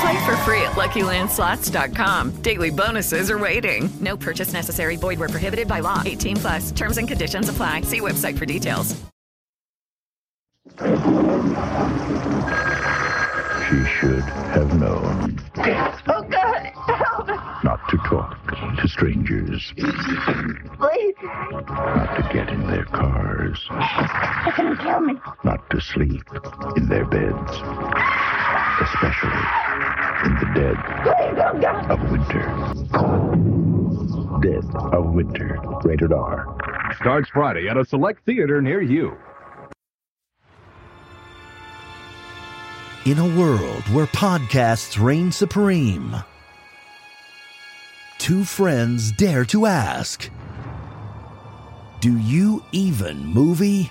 Play for free at LuckyLandSlots.com. Daily bonuses are waiting. No purchase necessary. Void where prohibited by law. 18 plus. Terms and conditions apply. See website for details. She should have known Oh God, help! not to talk to strangers, Please, not to get in their cars, they can kill me. not to sleep in their beds, especially in the dead Please, oh God! of winter. Dead of Winter, rated R. Starts Friday at a select theater near you. In a world where podcasts reign supreme, two friends dare to ask Do you even movie?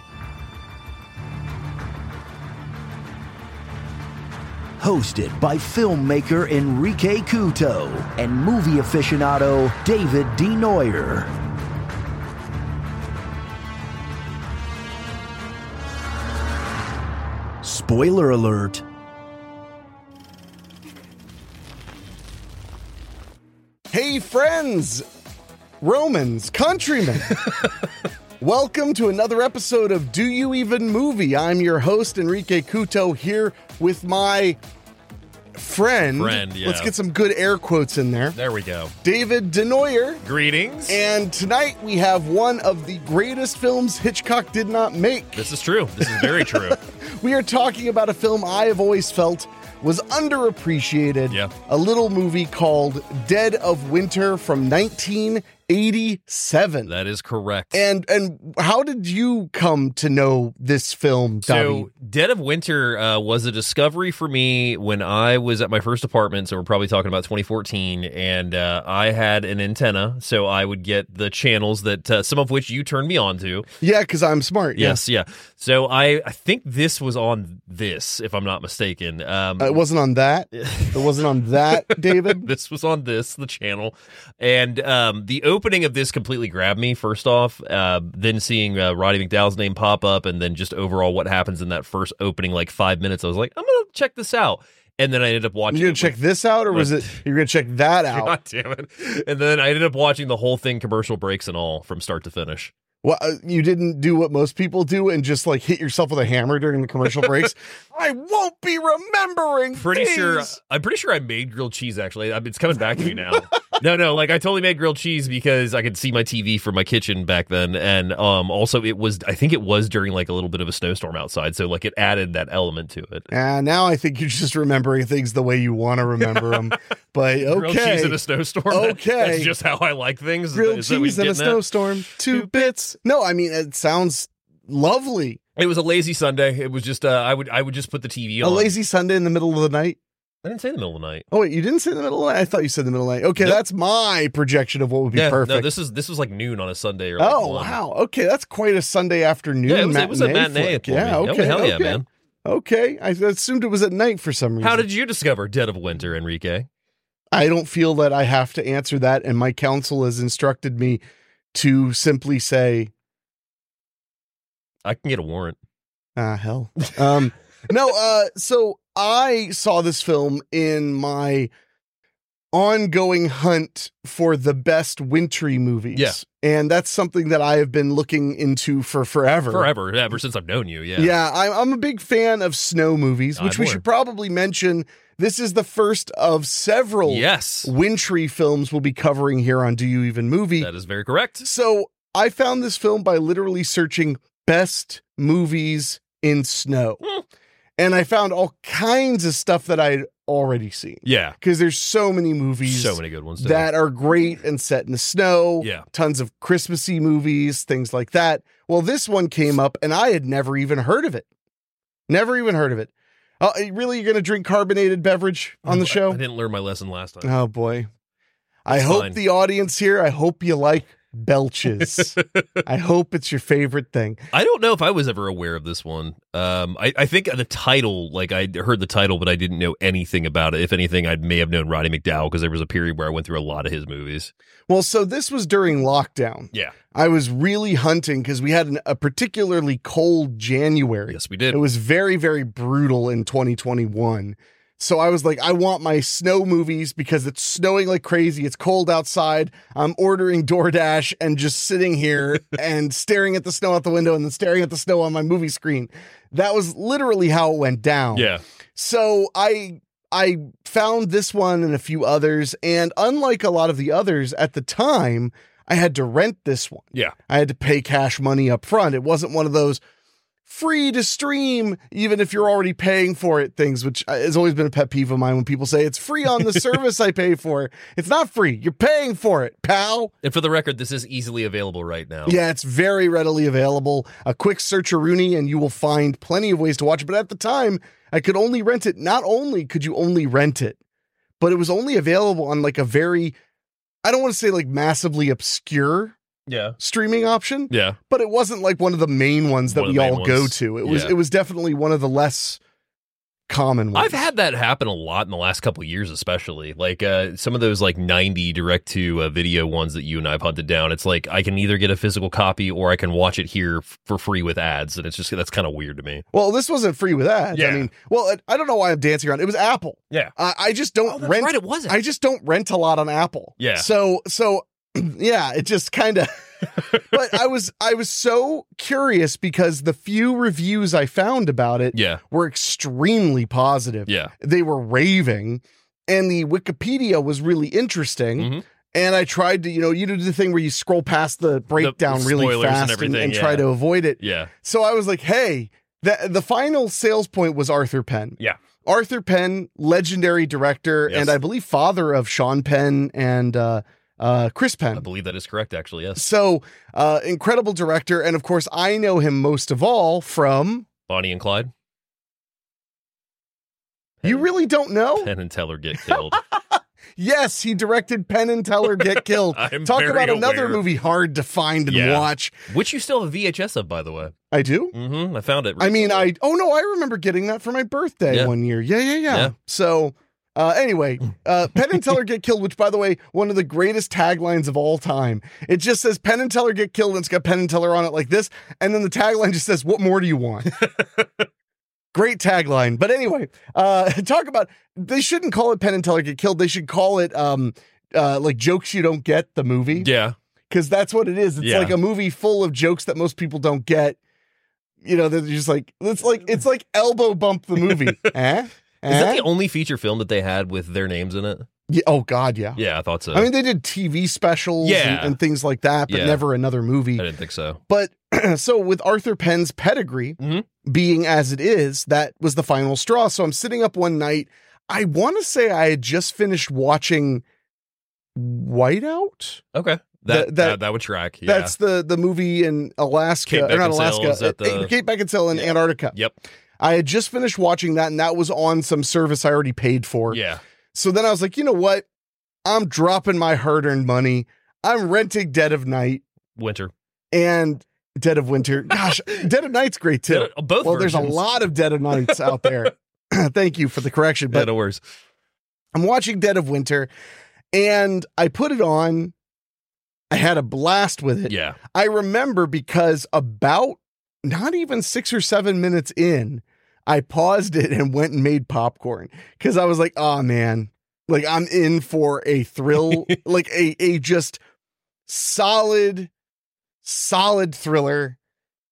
Hosted by filmmaker Enrique Cuto and movie aficionado David D. Neuer. Spoiler alert. Hey, friends, Romans, countrymen. Welcome to another episode of Do You Even Movie? I'm your host, Enrique Cuto, here with my friend. Friend, yeah. Let's get some good air quotes in there. There we go. David Denoyer. Greetings. And tonight we have one of the greatest films Hitchcock did not make. this is true. This is very true. We are talking about a film I have always felt was underappreciated. Yeah. A little movie called Dead of Winter from 1987. that is correct. and and how did you come to know this film, Dobby? so, Dead of Winter uh, was a discovery for me when I was at my first apartment. So, we're probably talking about 2014. And uh, I had an antenna. So, I would get the channels that uh, some of which you turned me on to. yeah, because I'm smart. yeah. Yes. Yeah. So, I, I think this was on this, if I'm not mistaken. Um, Uh, It wasn't on that. It wasn't on that, David. this was on this the channel and um, the opening of this completely grabbed me first off uh, then seeing uh, roddy mcdowell's name pop up and then just overall what happens in that first opening like five minutes i was like i'm gonna check this out and then i ended up watching You're gonna it check this out, or was it you're gonna check that out? god damn it and then i ended up watching the whole thing commercial breaks and all from start to finish Well, uh, you didn't do what most people do and just like hit yourself with a hammer during the commercial breaks. I won't be remembering. pretty sure things. i'm pretty sure i made grilled cheese actually I- it's coming back to me now no no like i totally made grilled cheese because i could see my tv from my kitchen back then and um also it was i think it was during like a little bit of a snowstorm outside so like it added that element to it Ah, now I think you're just remembering things the way you want to remember them. but grilled cheese in okay, a snowstorm that- Okay. that's just how i like things grilled Is that what cheese in you're a getting at? snowstorm, two bits. No, I mean it sounds lovely. it was a lazy sunday it was just uh, i would i would just put the tv A on lazy Sunday in the middle of the night. i didn't say in the middle of the night Oh wait, you didn't say the middle of the night. I thought you said the middle of the night. Okay, Nope. that's my projection of what would be yeah perfect. no this is this was like noon on a sunday or like oh one. wow, okay, that's quite a Sunday afternoon. yeah, it was, it was a matinee matinee. flick. for Yeah, me. Oh, okay, hell yeah, okay. man. Okay, I assumed it was at night for some reason. How did you discover Dead of Winter, Enrique? I don't feel that I have to answer that, and my counsel has instructed me to simply say, I can get a warrant. "Ah, hell." Um, no, uh, so I saw this film in my ongoing hunt for the best wintry movies. Yeah. and that's something that I have been looking into for forever. Forever, ever since I've known you. Yeah. Yeah, I'm, I'm a big fan of snow movies, which I'm we more. should probably mention. This is the first of several Oh. Yes. wintry films we'll be covering here on Do You Even Movie. That is very correct. So I found this film by literally searching best movies in snow. Hmm. and I found all kinds of stuff that I'd already seen. Yeah. Because there's so many movies. So many good ones, dude. That are great and set in the snow. Yeah. Tons of Christmassy movies, things like that. Well, this one came up and I had never even heard of it. Never even heard of it. Uh, really, you're going to drink carbonated beverage on the show? Mm, I didn't learn my lesson last time. Oh boy. I It's hope fine. the audience here, I hope you like belches. I hope it's your favorite thing. I don't know if I was ever aware of this one. Um, I, I think the title, like I heard the title, but I didn't know anything about it. If anything, I may have known Roddy McDowell because there was a period where I went through a lot of his movies. Well, so this was during lockdown. Yeah. I was really hunting because we had an, a particularly cold January. Yes, we did. It was very, very brutal in 2021. So I was like, I want my snow movies because it's snowing like crazy. It's cold outside. I'm ordering DoorDash and just sitting here and staring at the snow out the window and then staring at the snow on my movie screen. That was literally how it went down. Yeah. So I I found this one and a few others, and unlike a lot of the others at the time, I had to rent this one. Yeah. I had to pay cash money up front. It wasn't one of those free to stream, even if you're already paying for it things, which uh, has always been a pet peeve of mine when people say it's free on the service I pay for. It's not free. You're paying for it, pal. And for the record, this is easily available right now. Yeah, it's very readily available. A quick search Rooney and you will find plenty of ways to watch it. But at the time, I could only rent it. Not only could you only rent it, but it was only available on like a very, I don't want to say like massively obscure Yeah. streaming option. Yeah. But it wasn't like one of the main ones that One of we the main all go ones. to. It was Yeah. it was definitely one of the less common ones. I've had that happen a lot in the last couple of years, especially like uh, some of those like ninety direct to uh, video ones that you and I've hunted down. It's like I can either get a physical copy or I can watch it here f- for free with ads, and it's just that's kind of weird to me. Well, this wasn't free with ads. I Yeah. mean, well, I- I don't know why I'm dancing around. It was Apple. Yeah. I, I just don't Oh, that's rent. right, it wasn't. I just don't rent a lot on Apple. Yeah. So so yeah, it just kind of. but I was I was so curious because the few reviews I found about it Yeah. were extremely positive. Yeah. They were raving, and the Wikipedia was really interesting. Mm-hmm. And I tried to, you know, you do the thing where you scroll past the breakdown really spoilers and fast and, everything, and try yeah. to avoid it. Yeah. So I was like, hey, the, the final sales point was Arthur Penn. Yeah. Arthur Penn, legendary director, Yes. and I believe father of Sean Penn and uh, uh, Chris Penn. I believe that is correct, actually. Yes. So uh, incredible director. And of course, I know him most of all from. Bonnie and Clyde, You really don't know? Penn and Teller get killed. Yes, he directed Penn and Teller Get Killed. I'm Talk very about another aware. movie hard to find and Yeah. watch. Which you still have a VHS of, by the way. I do. Mm-hmm. I found it. I mean, I oh no, I remember getting that for my birthday Yeah. one year. Yeah, yeah, yeah. Yeah. So uh, anyway, uh, Penn and Teller get killed, which by the way, one of the greatest taglines of all time. It just says Penn and Teller get killed, and it's got Penn and Teller on it like this, and then the tagline just says, "What more do you want?" Great tagline. But anyway, uh, talk about they shouldn't call it Penn and Teller get killed. They should call it um, uh, like jokes you don't get the movie Yeah. because that's what it is. It's Yeah. like a movie full of jokes that most people don't get. You know, they're just like it's like it's like elbow bump the movie. eh? Is that Eh? the only feature film that they had with their names in it? Yeah, oh God, yeah. Yeah, I thought so. I mean, they did TV specials and, Yeah. and things like that, but Yeah. never another movie. I didn't think so. But so with Arthur Penn's pedigree Mm-hmm. being as it is, that was the final straw. So I'm sitting up one night. I want to say I had just finished watching Whiteout. Okay. That- That that- that, that, would track. Yeah. That's the the movie in Alaska, Kate or not Beckinsale Alaska, is at the- uh, Kate Beckinsale in Antarctica. Yep. I had just finished watching that, and that was on some service I already paid for. Yeah. So then I was like, you know what? I'm dropping my hard earned money. I'm renting Dead of Night Winter. and Dead of Winter. Gosh, Dead of Night's great too. Dead of- both well, there's a versions. lot of Dead of Nights out there. Thank you for the correction, but But, worse. I'm watching Dead of Winter, and I put it on. I had a blast with it. Yeah. I remember because about not even six or seven minutes in, I paused it and went and made popcorn because I was like, oh man, like I'm in for a thrill, like a a just solid, solid thriller.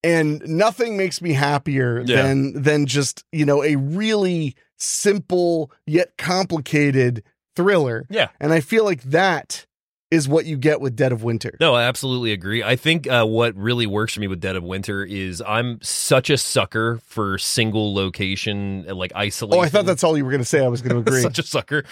And nothing makes me happier Yeah. than than just, you know, a really simple yet complicated thriller. Yeah. And I feel like that is what you get with Dead of Winter. No, I absolutely agree. I think uh, what really works for me with Dead of Winter is I'm such a sucker for single location, uh, like isolation. Oh, I thought that's all you were going to say. I was going to agree. such a sucker.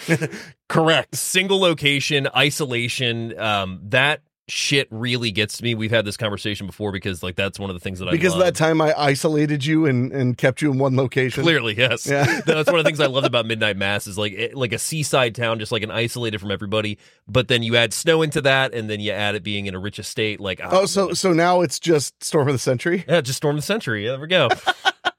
Correct. Single location, isolation. Um, that shit really gets to me. We've had this conversation before because like that's one of the things that because I love. that time I isolated you and, and kept you in one location. Clearly, yes. Yeah. that's one of the things I loved about Midnight Mass is like it, like a seaside town, just like an isolated from everybody. But then you add snow into that, and then you add it being in a rich estate. Like ah, Oh, so so now it's just Storm of the Century. yeah, just storm the century. Yeah, there we go.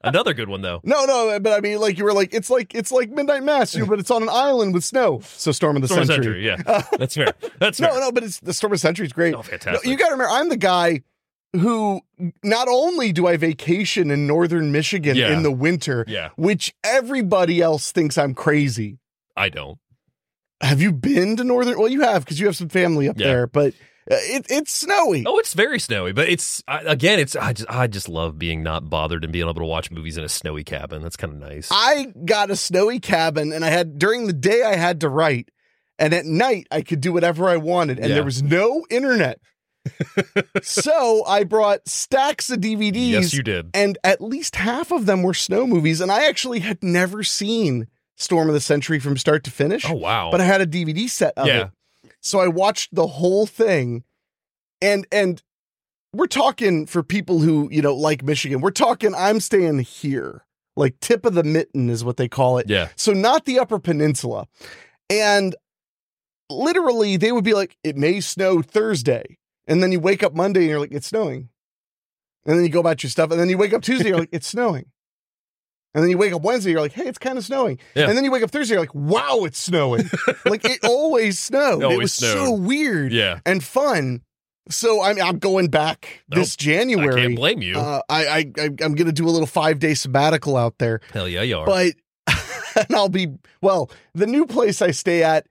Another good one though. No, no, but I mean, like you were like it's like it's like Midnight Mass, you but it's on an island with snow. So Storm of the Storm of the Century. century. Yeah, that's fair. That's fair. No, no, but it's the Storm of the Century is great. Oh, fantastic. No, you got to remember, I'm the guy who not only do I vacation in northern Michigan Yeah. in the winter, Yeah. which everybody else thinks I'm crazy. I don't. Have you been to northern? Well, you have because you have some family up Yeah. there, but uh, it, it's snowy. Oh, it's very snowy, but it's I, again, it's I just I just love being not bothered and being able to watch movies in a snowy cabin. That's kind of nice. I got a snowy cabin and I had during the day I had to write and at night I could do whatever I wanted and Yeah. there was no internet. so I brought stacks of DVDs. Yes, you did. And at least half of them were snow movies and I actually had never seen Storm of the Century from start to finish. oh wow. But I had a DVD set of Yeah. it. So I watched the whole thing and and we're talking for people who, you know, like Michigan. We're talking I'm staying here. Like tip of the mitten is what they call it. yeah. So not the upper peninsula. And literally they would be like it may snow Thursday. And then you wake up Monday and you're like it's snowing. And then you go about your stuff and then you wake up Tuesday you're like it's snowing. And then you wake up Wednesday, you're like, hey, it's kind of snowing. Yeah. And then you wake up Thursday, you're like, wow, it's snowing. like it always snowed. It always it was so snowed. weird Yeah. and fun. So I'm I'm going back this January. I can't blame you. Uh, I, I I- I'm going to do a little five day sabbatical out there, Hell yeah, you are. but and I'll be well. The new place I stay at.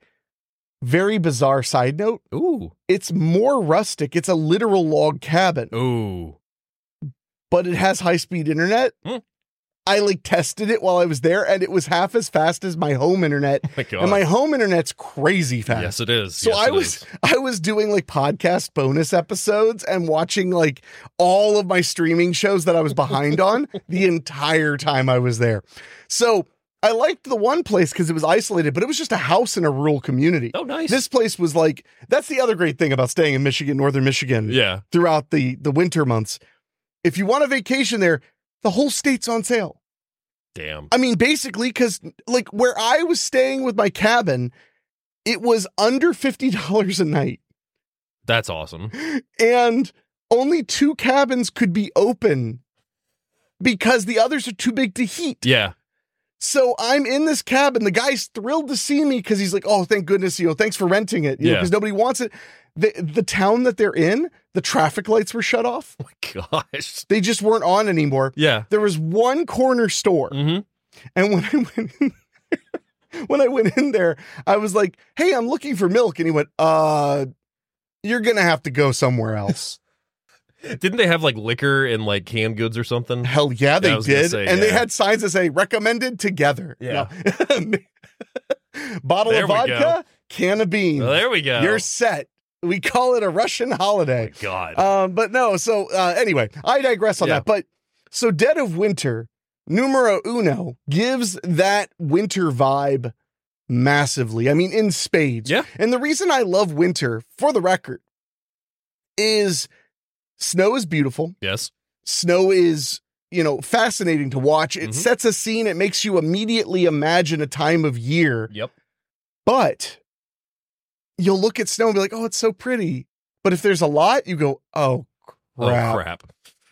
Very bizarre side note. Ooh. It's more rustic. It's a literal log cabin, Oh. Ooh. but it has high speed internet. Hmm. I like tested it while I was there, and it was half as fast as my home internet. Oh My God. And my home internet's crazy fast. yes, it is. So Yes, I it was is. I was doing like podcast bonus episodes and watching like all of my streaming shows that I was behind on the entire time I was there. So I liked the one place because it was isolated, but it was just a house in a rural community. Oh, nice. This place was like that's the other great thing about staying in Michigan, northern Michigan, Yeah. throughout the the winter months. If you want a vacation there, the whole state's on sale. Damn. I mean, basically, because like where I was staying with my cabin, it was under fifty dollars a night, That's awesome. and only two cabins could be open because the others are too big to heat. Yeah. So I'm in this cabin. The guy's thrilled to see me because he's like, "Oh, thank goodness, you know, thanks for renting it, you know, Yeah. because nobody wants it." The the town that they're in, the traffic lights were shut off. Oh my gosh. They just weren't on anymore. Yeah. There was one corner store. Mm-hmm. And when I went in when I went in there, I was like, "Hey, I'm looking for milk," and he went, "Uh, you're gonna have to go somewhere else." Didn't they have like liquor and like canned goods or something? Hell yeah, they I was gonna did, say, and they yeah. had signs that say "recommended together." Yeah. No. bottle There of we go. vodka, can of beans. Well, there we go. Oh You're set. We call it a Russian holiday. God. Um, but no, so uh, anyway, I digress on Yeah. that. But so Dead of Winter, numero uno, gives that winter vibe massively. I mean, in spades. Yeah. And the reason I love winter, for the record, is snow is beautiful yes. snow is you know fascinating to watch it Mhm. sets a scene it makes you immediately imagine a time of year Yep. but you'll look at snow and be like oh it's so pretty but if there's a lot you go oh crap, Oh crap.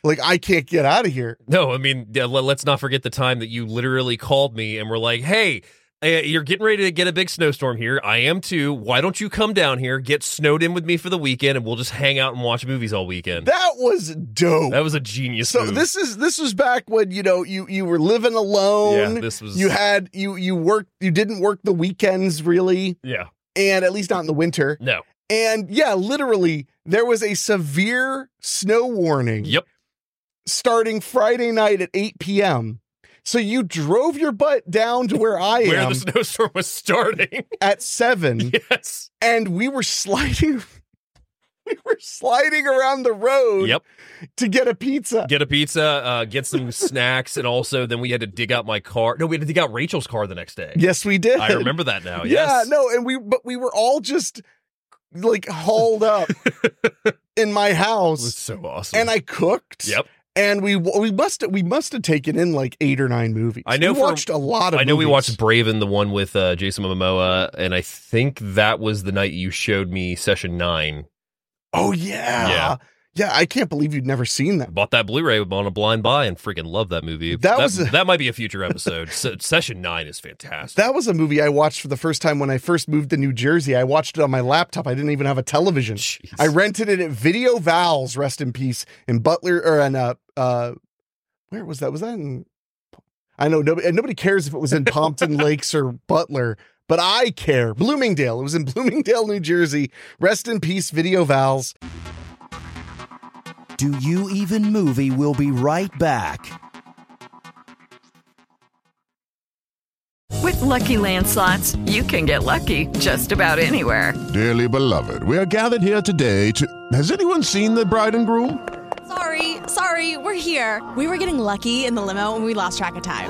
like i can't get out of here No, I mean, yeah, le- let's not forget the time that you literally called me and were like, "Hey, uh, you're getting ready to get a big snowstorm here. I am too. Why don't you come down here, get snowed in with me for the weekend, and we'll just hang out and watch movies all weekend." That, that was dope was a genius. so move. this is this was back when you know you you were living alone yeah, this was you had you you worked you didn't work the weekends really yeah, and at least not in the winter no, And yeah, literally, there was a severe snow warning yep, starting Friday night at 8 p.m. So you drove your butt down to where I Where am the snowstorm was starting. at seven. Yes. And we were sliding. We were sliding around the road Yep. to get a pizza. Get a pizza, uh, get some snacks, and also then we had to dig out my car. No, we had to dig out Rachel's car the next day. Yes, we did. I remember that now. Yeah, yes. no, and we but we were all just like hauled up in my house. It was so awesome. and I cooked. Yep. And we we must we must have taken in like eight or nine movies. I know we for- watched a lot of. I know we movies. watched Braven, the one with uh, Jason Momoa, and I think that was the night you showed me session nine. Oh yeah, Yeah. yeah. I can't believe you'd never seen that. Bought that Blu-ray on a blind buy and freaking love that movie. That was a- that might be a future episode. Se- session nine is fantastic. That was a movie I watched for the first time when I first moved to New Jersey. I watched it on my laptop. I didn't even have a television. Jeez. I rented it at Video Val's, rest in peace, in Butler or in uh, uh where was that? Was that in? I know nobody nobody cares if it was in Pompton Lakes or Butler, but I care. Bloomingdale. It was in Bloomingdale, New Jersey. Rest in peace, Video Val's. Do You Even Movie will be right back. With Lucky Land slots, you can get lucky just about anywhere. Dearly beloved, we are gathered here today to. Has anyone seen the bride and groom? Sorry, sorry, we're here. We were getting lucky in the limo and we lost track of time.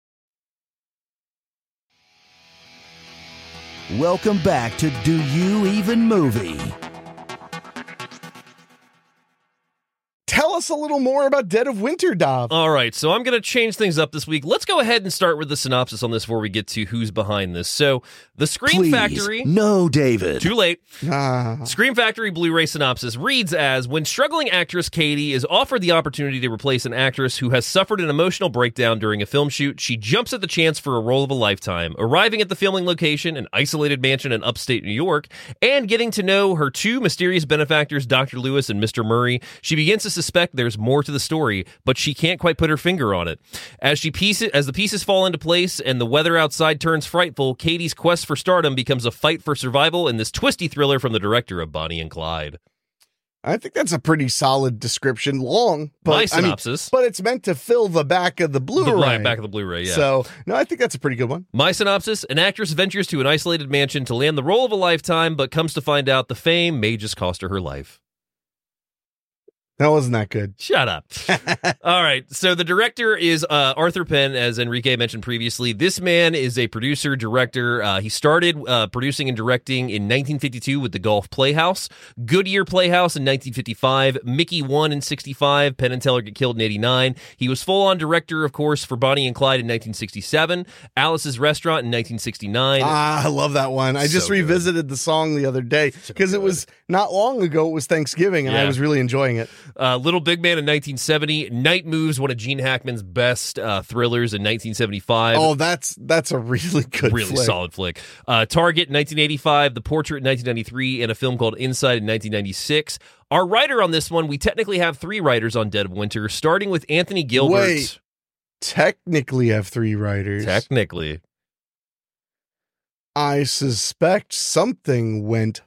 Welcome back to Do You Even Movie? Tell us a little more about Dead of Winter, Dov. All right, so I'm going to change things up this week. Let's go ahead and start with the synopsis on this before we get to who's behind this. So, the Scream Please. Factory. No, David. Too late. Ah. Scream Factory Blu ray synopsis reads as When struggling actress Katie is offered the opportunity to replace an actress who has suffered an emotional breakdown during a film shoot, she jumps at the chance for a role of a lifetime. Arriving at the filming location, an isolated mansion in upstate New York, and getting to know her two mysterious benefactors, Dr. Lewis and Mr. Murray, she begins to suspect there's more to the story, but she can't quite put her finger on it. As she pieces, as the pieces fall into place and the weather outside turns frightful, Katie's quest for stardom becomes a fight for survival in this twisty thriller from the director of Bonnie and Clyde. I think that's a pretty solid description. Long, but My I mean, synopsis. but it's meant to fill the back of the Blu-ray. The right back of the Blu-ray, yeah. So no, I think that's a pretty good one. My synopsis: An actress ventures to an isolated mansion to land the role of a lifetime, but comes to find out the fame may just cost her her life. That wasn't that good. Shut up. All right. So the director is uh, Arthur Penn, as Enrique mentioned previously. This man is a producer director. Uh, he started uh, producing and directing in 1952 with the Golf Playhouse, Goodyear Playhouse in 1955, Mickey One in 65, Penn and Teller Get Killed in 89. He was full on director, of course, for Bonnie and Clyde in 1967, Alice's Restaurant in 1969. Ah, I love that one. I just So good. revisited the song the other day because it was not long ago. It was Thanksgiving, and I Yeah. was really enjoying it. Uh, Little Big Man in 1970, Night Moves, one of Gene Hackman's best uh, thrillers in 1975. oh, that's that's a really good, really flick. solid flick. Uh, Target in 1985, The Portrait in 1993, and a film called Inside in 1996. Our writer on this one, we technically have three writers on Dead of Winter, starting with Anthony Gilbert. Wait. Technically, have three writers. Technically, I suspect something went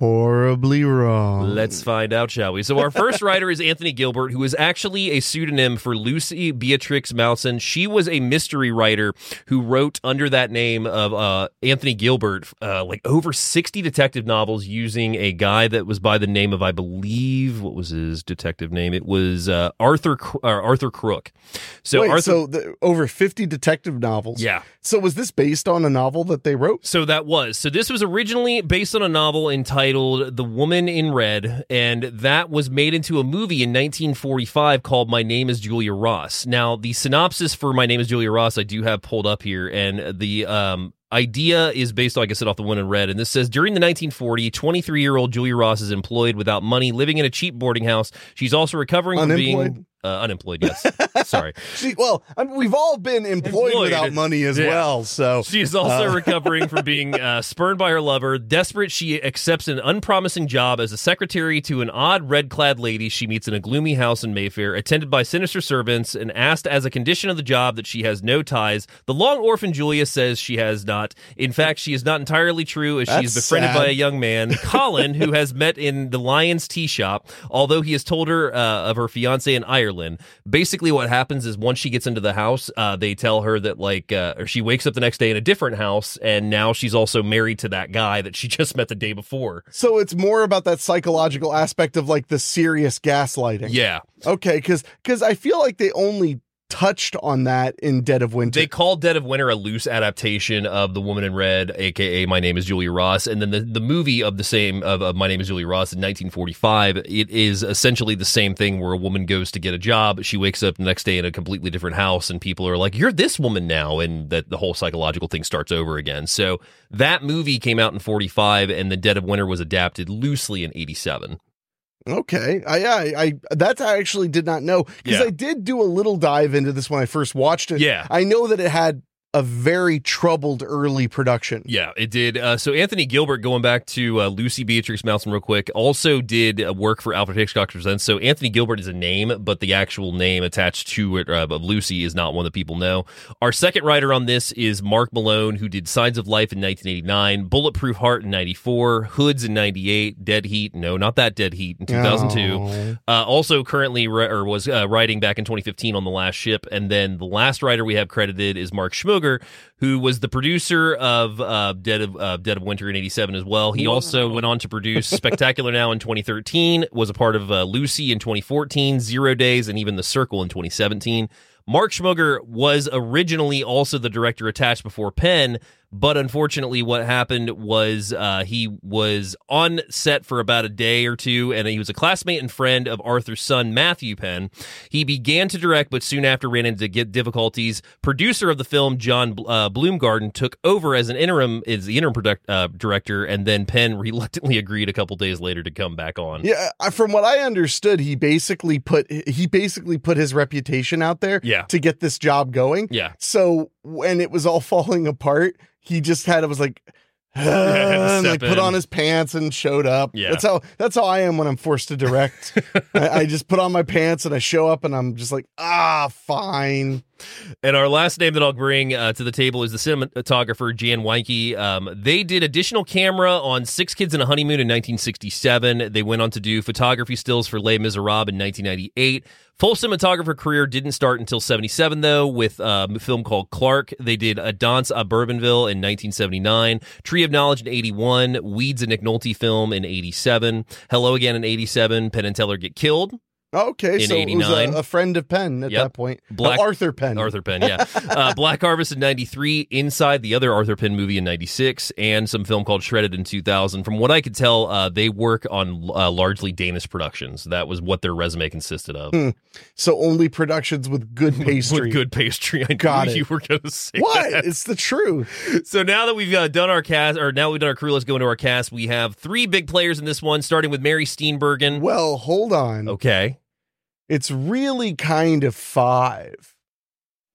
horribly wrong. Let's find out, shall we? So our first writer is Anthony Gilbert, who is actually a pseudonym for Lucy Beatrix Mouson. She was a mystery writer who wrote under that name of uh, Anthony Gilbert, uh, like over sixty detective novels using a guy that was by the name of, I believe, what was his detective name? It was uh, Arthur Cro- uh, Arthur Crook. So Wait, Arthur, so the, over 50 detective novels. yeah. So was this based on a novel that they wrote? So that was. So this was originally based on a novel entitled titled The Woman in Red, and that was made into a movie in 1945 called My Name is Julia Ross. Now, the synopsis for My Name is Julia Ross I do have pulled up here, and the um, idea is based, like I said, off The Woman in Red. And this says During the 1940s, 23 year old Julia Ross is employed without money, living in a cheap boarding house. She's also recovering from Unemployed? being. Uh, unemployed, yes. Sorry. See, well, I mean, we've all been employed, Employed. without money as Yeah. well. So She is also uh, recovering from being uh, spurned by her lover. Desperate, she accepts an unpromising job as a secretary to an odd red clad lady she meets in a gloomy house in Mayfair, attended by sinister servants, and asked as a condition of the job that she has no ties. The long orphan Julia says she has not. In fact, she is not entirely true as she is That's befriended sad. by a young man, Colin, who has met in the Lion's Tea Shop, although he has told her uh, of her fiance in Ireland. Basically, what happens is once she gets into the house, uh, they tell her that, like, uh, or she wakes up the next day in a different house, and now she's also married to that guy that she just met the day before. so it's more about that psychological aspect of like the serious gaslighting. Yeah. Okay, because because I feel like they only touched on that in Dead of Winter. They call Dead of Winter a loose adaptation of The Woman in Red, aka My Name is Julia Ross, and then the, the movie of the same of, of My Name is Julia Ross in 1945. It is essentially the same thing where a woman goes to get a job, she wakes up the next day in a completely different house, and people are like, "You're this woman now," and that the whole psychological thing starts over again. So that movie came out in 45, and The Dead of Winter was adapted loosely in 87. Okay. I, I, I, that I actually did not know because Yeah. I did do a little dive into this when I first watched it. Yeah. I know that it had a very troubled early production. Yeah, it did. Uh, so Anthony Gilbert, going back to uh, Lucy Beatrix Mounson real quick, also did uh, work for Alfred Hitchcock Presents. So Anthony Gilbert is a name, but the actual name attached to it uh, of Lucy is not one that people know. Our second writer on this is Mark Malone, who did Signs of Life in 1989, Bulletproof Heart in 94, Hoods in 98, Dead Heat, no, not that Dead Heat, in 2002. Oh. Uh, also currently ri- or was uh, writing back in 2015 on The Last Ship. And then the last writer we have credited is Mark Schmoger, who was the producer of uh, Dead of uh, Dead of Winter in 87 as well. He also went on to produce Spectacular Now in 2013, was a part of uh, Lucy in 2014, Zero Days, and even The Circle in 2017. Mark Schmoger was originally also the director attached before Penn, but unfortunately, what happened was uh, he was on set for about a day or two, and he was a classmate and friend of Arthur's son, Matthew Penn. He began to direct, but soon after ran into get difficulties. Producer of the film, John uh, Bloomgarden, took over as an interim is the interim product, uh, director, and then Penn reluctantly agreed a couple days later to come back on. Yeah, I- from what I understood, he basically put he basically put his reputation out there Yeah. to get this job going. Yeah. So when it was all falling apart, he just had it was like and, like Step put in. on his pants and showed up. Yeah. That's how that's how I am when I'm forced to direct. I, I just put on my pants and I show up and I'm just like, ah, fine. And our last name that I'll bring uh, to the table is the cinematographer Jan Weinke. Um, they did additional camera on Six Kids and a Honeymoon in 1967. They went on to do photography stills for Les Miserables in 1998. Full cinematographer career didn't start until 77, though, with um, a film called Clark. They did A Dance à Bourbonville in 1979, Tree of Knowledge in 81, Weeds, a Nick Nolte film in 87, Hello Again in 87, Penn and Teller Get Killed Okay, In so it was 89. a, a friend of Penn at Yep. that point. No, Black- Arthur Penn. Arthur Penn, yeah. uh, Black Harvest in 93, Inside the other Arthur Penn movie in 96, and some film called Shredded in 2000. From what I could tell, uh, they work on uh, largely Danish productions. That was what their resume consisted of. Hmm. So only productions with good pastry. With good pastry. I Got knew it. you were going to say What? that. It's the truth. So now that we've uh, done our cast, or now we've done our crew, let's go into our cast. We have three big players in this one, starting with Mary Steenburgen. Well, hold on. Okay. It's really kind of five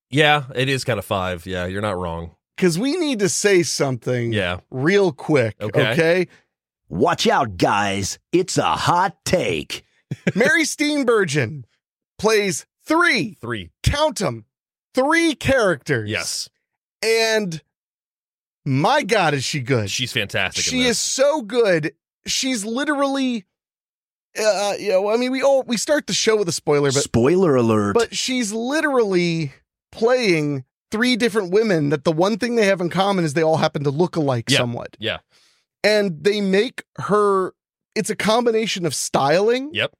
Yeah, it is kind of five. Yeah, you're not wrong. because we need to say something Yeah. real quick. Okay. Okay. Watch out, guys. It's a hot take. Mary Steenburgen plays three, Three. count them, three characters. Yes. And my God, is she good? She's fantastic. in she this. is so good. She's literally, uh, you know, I mean, we all, we start the show with a spoiler, but Spoiler alert. But she's literally playing three different women that the one thing they have in common is they all happen to look alike Yeah. somewhat. Yeah. And they make her it's a combination of styling Yep.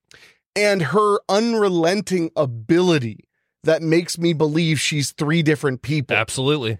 and her unrelenting ability that makes me believe she's three different people. Absolutely.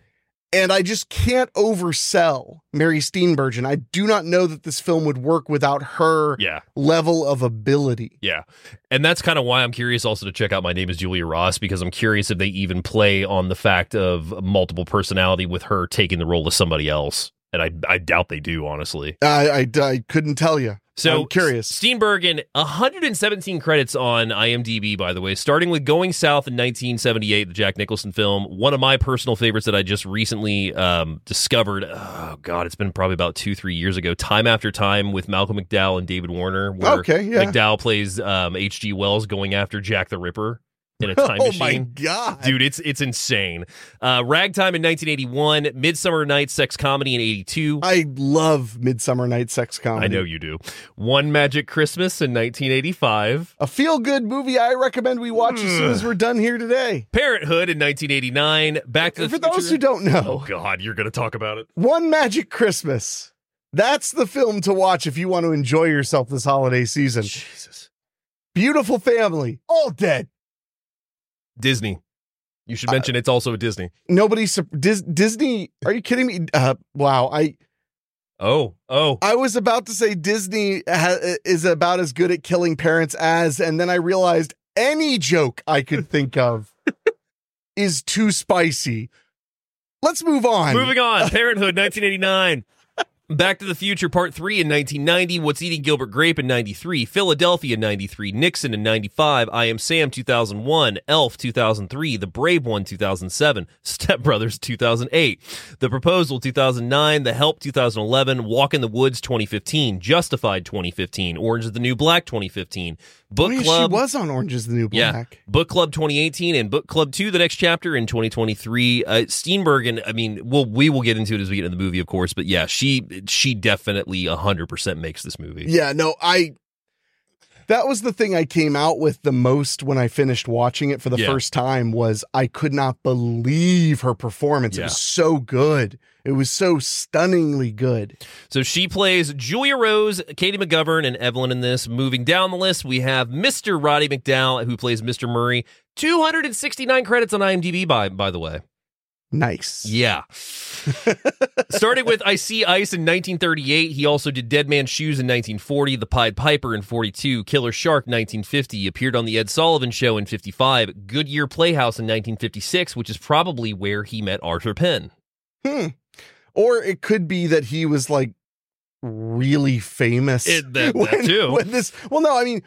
And I just can't oversell Mary Steenburgen. I do not know that this film would work without her Yeah. level of ability. Yeah. And that's kind of why I'm curious also to check out My Name is Julia Ross because I'm curious if they even play on the fact of multiple personality with her taking the role of somebody else. And I, I doubt they do, honestly. I, I, I couldn't tell you. So I'm curious. Steenbergen, 117 credits on IMDb, by the way, starting with Going South in 1978, the Jack Nicholson film. One of my personal favorites that I just recently um, discovered. Oh God, it's been probably about two, three years ago. Time after time with Malcolm McDowell and David Warner, where Okay, yeah. McDowell plays um, H.G. Wells going after Jack the Ripper in a time oh machine my god. dude it's it's insane uh ragtime in 1981 midsummer Night's sex comedy in 82 I love Midsummer Night Sex Comedy. I know you do. One Magic Christmas in 1985. A feel good movie I recommend we watch as soon as we're done here today. Hmm. Parenthood in 1989. Back to the For those Future- who don't know, Oh God, you're gonna talk about it. One Magic Christmas. That's the film to watch if you want to enjoy yourself this holiday season. Jesus. Beautiful family, all dead. Uh, Disney. You should mention it's also a Disney. Nobody sur- Dis- Disney. Are you kidding me? Uh, wow, I Oh, oh. I was about to say Disney ha- uh, is about as good at killing parents as, and then I realized any joke I could think of is too spicy. Let's move on. Moving on. Parenthood 1989. Back to the Future Part 3 in 1990, What's Eating Gilbert Grape in 93, Philadelphia in 93, Nixon in 95, I Am Sam 2001, Elf 2003, The Brave One 2007, Step Brothers 2008, The Proposal 2009, The Help 2011, Walk in the Woods 2015, Justified 2015, Orange is the New Black 2015, Book Wait, Club She was on Orange is the New Black. Book Club 2018 and Book Club 2, the next chapter in 2023. Uh, Steenberg, and I mean, we'll, we will get into it as we get into the movie, of course, but yeah, she she definitely 100% makes this movie. Yeah, no, I. That was the thing I came out with the most when I finished watching it for the Yeah. first time was I could not believe her performance. It Yeah. was so good. It was so stunningly good. So she plays Julia Rose, Katie McGovern, and Evelyn in this. Moving down the list, we have Mr. Roddy McDowell, who plays Mr. Murray. 269 credits on IMDb, by, by the way. Nice. Yeah. Starting with I See Ice in 1938, he also did Dead Man's Shoes in 1940, The Pied Piper in 42, Killer Shark 1950, appeared on The Ed Sullivan Show in 55, Goodyear Playhouse in 1956, which is probably where he met Arthur Penn. Hmm. Or it could be that he was like really famous. It- that- that when- too. when this, well, no, I mean,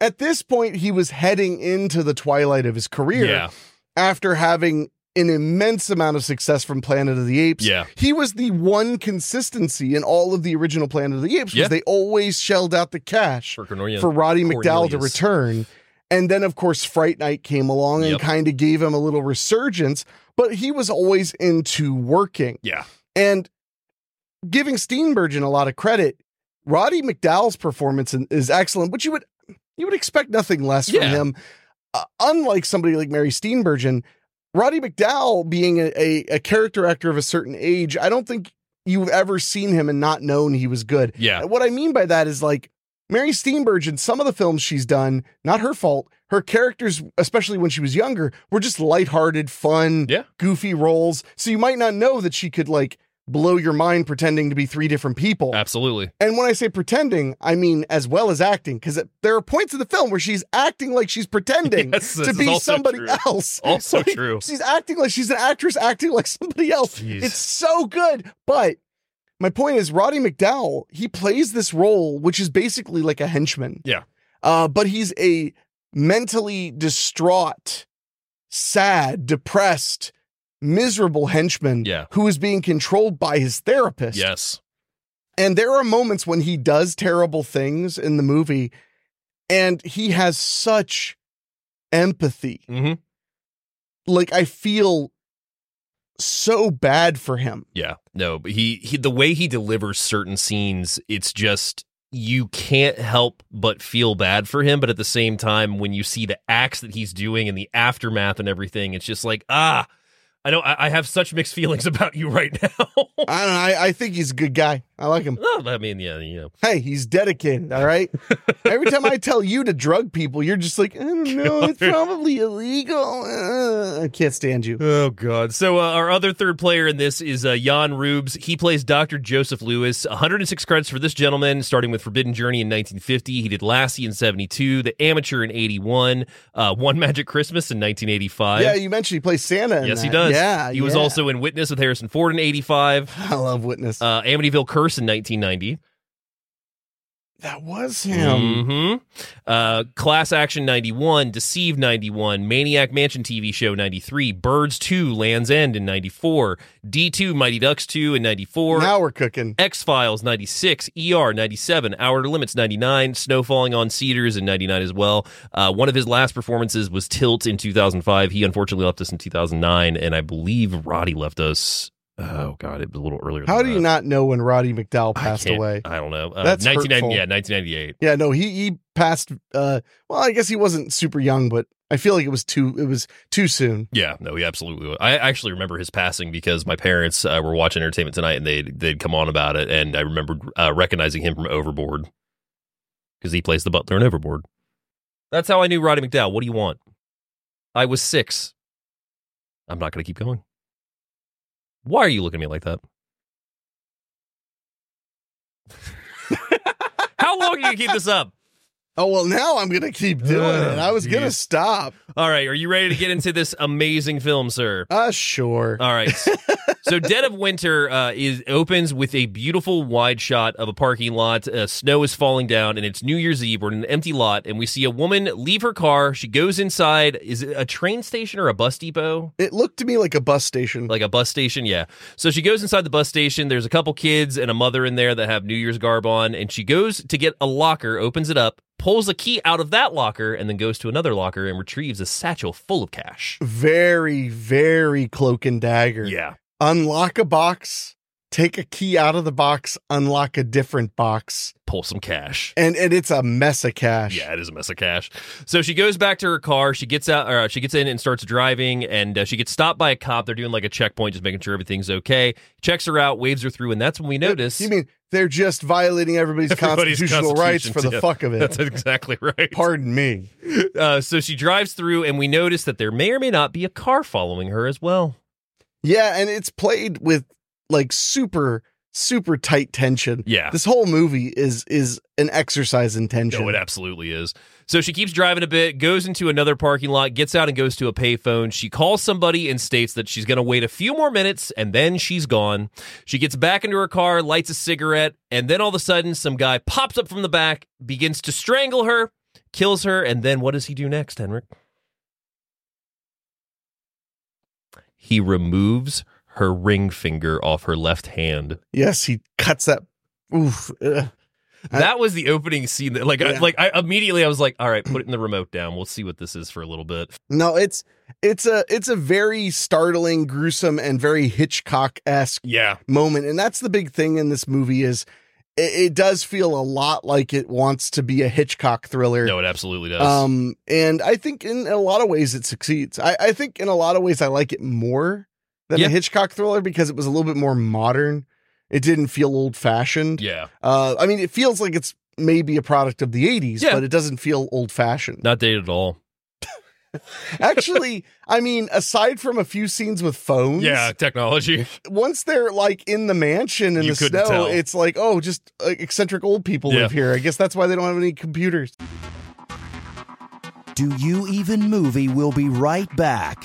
at this point, he was heading into the twilight of his career. after having an immense amount of success from Planet of the Apes. Yeah. He was the one consistency in all of the original Planet of the Apes was Yeah. they always shelled out the cash For Cornelia. for Roddy McDowell to Cornelius. return. And then, of course, Fright Night came along and Yep. kind of gave him a little resurgence, but he was always into working. Yeah. And giving Steenburgen a lot of credit, Roddy McDowell's performance in- is excellent, which you would you would expect nothing less from Yeah. him. Uh, unlike somebody like Mary Steenburgen, Roddy McDowell being a, a, a character actor of a certain age, I don't think you've ever seen him and not known he was good. Yeah. And what I mean by that is like Mary Steenburgen, some of the films she's done, not her fault, her characters, especially when she was younger, were just lighthearted, fun, Yeah. goofy roles. So you might not know that she could like blow your mind pretending to be three different people. Absolutely. And when I say pretending, I mean as well as acting, because there are points in the film where she's acting like she's pretending Yes, this to is be also somebody true. else. Also Like, true. She's acting like she's an actress acting like somebody else. Jeez. It's so good. But my point is, Roddy McDowell, he plays this role, which is basically like a henchman. Yeah. Uh, but he's a mentally distraught, sad, depressed, miserable henchman Yeah. who is being controlled by his therapist. Yes. And there are moments when he does terrible things in the movie, and he has such empathy. Mm-hmm. Like, I feel so bad for him. Yeah, no, but he, he the way he delivers certain scenes, it's just you can't help but feel bad for him. But at the same time, when you see the acts that he's doing and the aftermath and everything, it's just like ah, I know I, I have such mixed feelings about you right now. I don't know. I, I think he's a good guy. I like him. Oh, I mean, yeah, you know. Hey, he's dedicated, all right? Every time I tell you to drug people, you're just like, I don't know, it's probably illegal. Uh, I can't stand you. Oh God! So uh, our other third player in this is uh, Jan Rubes. He plays Doctor Joseph Lewis. 106 credits for this gentleman, starting with Forbidden Journey in 1950. He did Lassie in 72, The Amateur in 81, uh, One Magic Christmas in 1985. yeah, you mentioned he plays Santa. in yes, he that. does. Yeah, he was yeah. also in Witness with Harrison Ford in 85. I love Witness. Uh, Amityville Curse in 1990. that was him. Mhm. Uh, Class Action 91, Deceive 91, Maniac Mansion TV show 93, Birds 2, Land's End in 94, D2, Mighty Ducks 2 in 94. Now we're cooking. X Files 96, ER 97, Hour to Limits 99, Snow Falling on Cedars in 99 as well. Uh, one of his last performances was Tilt in 2005. He unfortunately left us in 2009, and I believe Roddy left us. Oh God, it was a little earlier. How than do that. you not know when Roddy McDowell I passed can't- away? I don't know. Uh, That's 1990 hurtful. Yeah, 1998. Yeah, no, he he passed. Uh, well, I guess he wasn't super young, but I feel like it was too it was too soon. Yeah, no, he absolutely. Was. I actually remember his passing because my parents uh, were watching Entertainment Tonight, and they they'd come on about it, and I remembered uh, recognizing him from Overboard because he plays the butler in Overboard. That's how I knew Roddy McDowell. What do you want? I was six. I'm not going to keep going. Why are you looking at me like that? how long are you gonna keep this up? Oh well, now I'm gonna keep doing it. I was gonna Jeez. stop. All right, are you ready to get into this amazing film, sir? Uh, sure. All right. so Dead of Winter uh, is opens with a beautiful wide shot of a parking lot. Uh, snow is falling down, and it's New Year's Eve. We're in an empty lot, and we see a woman leave her car. She goes inside. Is it a train station or a bus depot? It looked to me like a bus station. Like a bus station, yeah. So she goes inside the bus station. There's a couple kids and a mother in there that have New Year's garb on, and she goes to get a locker, opens it up, pulls a key out of that locker, and then goes to another locker and retrieves a satchel full of cash. very very cloak and dagger. Yeah. Unlock a box, take a key out of the box, unlock a different box, Pull some cash. and and it's a mess of cash. Yeah, it is a mess of cash. So she goes back to her car. She gets out. Or uh, she gets in and starts driving, and uh, she gets stopped by a cop. They're doing like a checkpoint, just making sure everything's okay. Checks her out, waves her through, and that's when we notice You mean they're just violating everybody's, everybody's constitutional rights constitution, for the yeah. fuck of it? That's exactly right. Pardon me. Uh, so she drives through, and we notice that there may or may not be a car following her as well. Yeah, and it's played with like super super tight tension. Yeah. This whole movie is is an exercise in tension. No, it absolutely is. So she keeps driving a bit, goes into another parking lot, gets out and goes to a payphone. She calls somebody and states that she's going to wait a few more minutes and then she's gone. She gets back into her car, lights a cigarette, and then all of a sudden, some guy pops up from the back, begins to strangle her, kills her, and then what does he do next, Henrik? He removes her ring finger off her left hand. yes, he cuts that oof. ugh. I- That was the opening scene. That, like, I, Yeah. like I immediately I was like, "All right, put it in the remote down. We'll see what this is for a little bit." No, it's it's a it's a very startling, gruesome, and very Hitchcock-esque Yeah, moment. And that's the big thing in this movie is it, it does feel a lot like it wants to be a Hitchcock thriller. no, it absolutely does. Um, and I think in a lot of ways it succeeds. I, I think in a lot of ways I like it more than Yeah. the Hitchcock thriller because it was a little bit more modern. It didn't feel old fashioned. yeah, Uh, I mean, it feels like it's maybe a product of the 80s, Yeah. but it doesn't feel old fashioned. not dated at all. Actually, I mean, aside from a few scenes with phones, technology. once they're like in the mansion in You the snow, couldn't tell. it's like, oh, just uh, eccentric old people Yeah. live here. I guess that's why they don't have any computers. Do You Even Movie will be right back.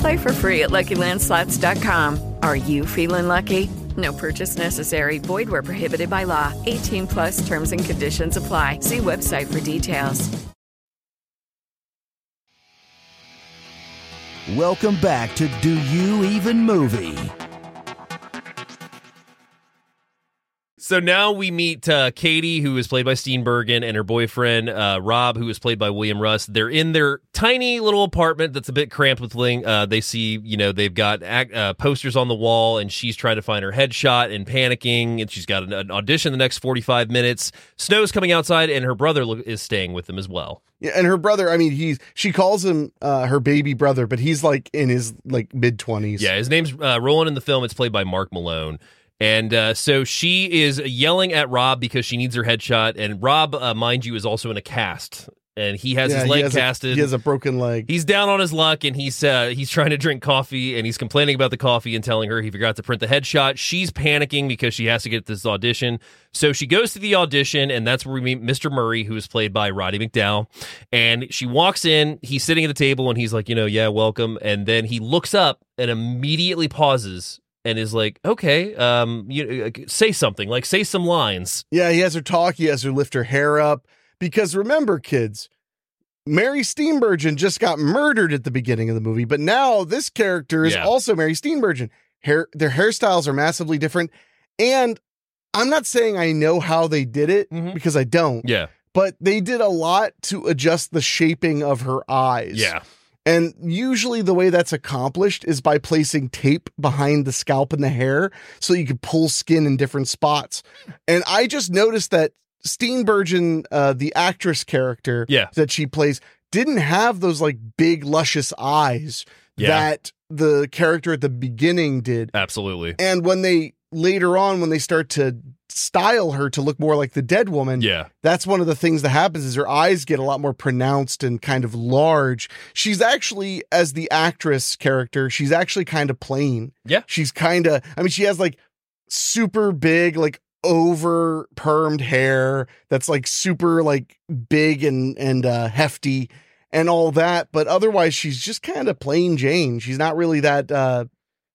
Play for free at LuckyLandSlots.com. Are you feeling lucky? No purchase necessary. Void where prohibited by law. 18 plus terms and conditions apply. See website for details. Welcome back to Do You Even Movie? So now we meet uh, Katie, who is played by Steenbergen, and her boyfriend uh, Rob, who is played by William Russ. They're in their tiny little apartment that's a bit cramped with thing. Uh, they see, you know, they've got ac- uh, posters on the wall, and she's trying to find her headshot and panicking. And she's got an, an audition the next forty-five minutes. Snow's coming outside, and her brother lo- is staying with them as well. Yeah, and her brother, I mean, he's she calls him uh, her baby brother, but he's like in his like mid twenties. Yeah, his name's uh, Roland in the film. It's played by Mark Malone. And uh, so she is yelling at Rob because she needs her headshot. And Rob, uh, mind you, is also in a cast. And he has his he leg has a- casted. he has a broken leg. He's down on his luck and he's uh, he's trying to drink coffee and he's complaining about the coffee and telling her he forgot to print the headshot. She's panicking because she has to get this audition. So she goes to the audition and that's where we meet Mr. Murray, who is played by Roddy McDowell. And she walks in. He's sitting at the table and he's like, you know, yeah, welcome. And then he looks up and immediately pauses and is like, okay, um, you say something, like say some lines. Yeah, he has her talk. He has her lift her hair up because remember, kids, Mary Steenburgen just got murdered at the beginning of the movie, but now this character is Yeah. also Mary Steenburgen. Hair, their hairstyles are massively different, and I'm not saying I know how they did it because I don't. Yeah. but they did a lot to adjust the shaping of her eyes. Yeah. And usually the way that's accomplished is by placing tape behind the scalp and the hair so you could pull skin in different spots. And I just noticed that Steenburgen, uh, the actress character Yeah. that she plays, didn't have those like big luscious eyes Yeah. Uh. that the character at the beginning did. Absolutely. And when they later on, when they start to style her to look more like the dead woman, Yeah. that's one of the things that happens is her eyes get a lot more pronounced and kind of large. She's actually, as the actress character, she's actually kind of plain. Yeah. She's kind of, I mean, she has like super big, like over permed hair that's like super like big and and uh hefty and all that but otherwise she's just kind of plain jane she's not really that uh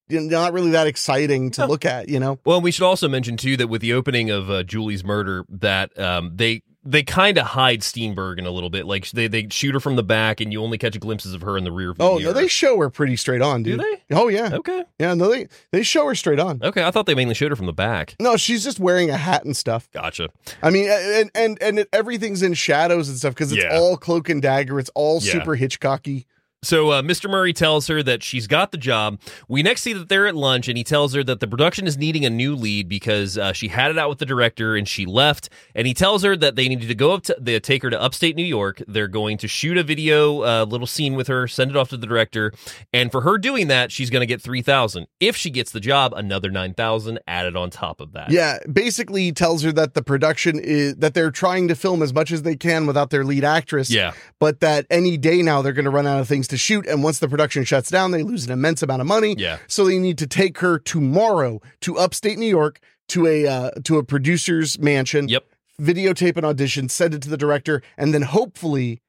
you know, not really that exciting to look at you know Well, we should also mention too that with the opening of uh, Julie's murder, that um, they they kind of hide Steenbergen a little bit. Like they they shoot her from the back, and you only catch glimpses of her in the rear. view Oh mirror. no, they show her pretty straight on, Do dude. they? Oh yeah. Okay. Yeah, no, they they show her straight on. Okay, I thought they mainly showed her from the back. No, she's just wearing a hat and stuff. Gotcha. I mean, and and and it, everything's in shadows and stuff because it's Yeah. all cloak and dagger. It's all Yeah. super Hitchcocky. So uh, Mr. Murray tells her that she's got the job. We next see that they're at lunch, and he tells her that the production is needing a new lead because uh, she had it out with the director and she left. And he tells her that they needed to go up to they take her to upstate New York. They're going to shoot a video, uh, little scene with her, send it off to the director. And for her doing that, she's going to get three thousand. If she gets the job, another nine thousand added on top of that. Yeah, basically he tells her that the production is that they're trying to film as much as they can without their lead actress. Yeah. But that any day now they're going to run out of things to shoot, and once the production shuts down, they lose an immense amount of money. Yeah. So they need to take her tomorrow to upstate New York to a uh, to a producer's mansion. Yep. Videotape an audition, send it to the director, and then hopefully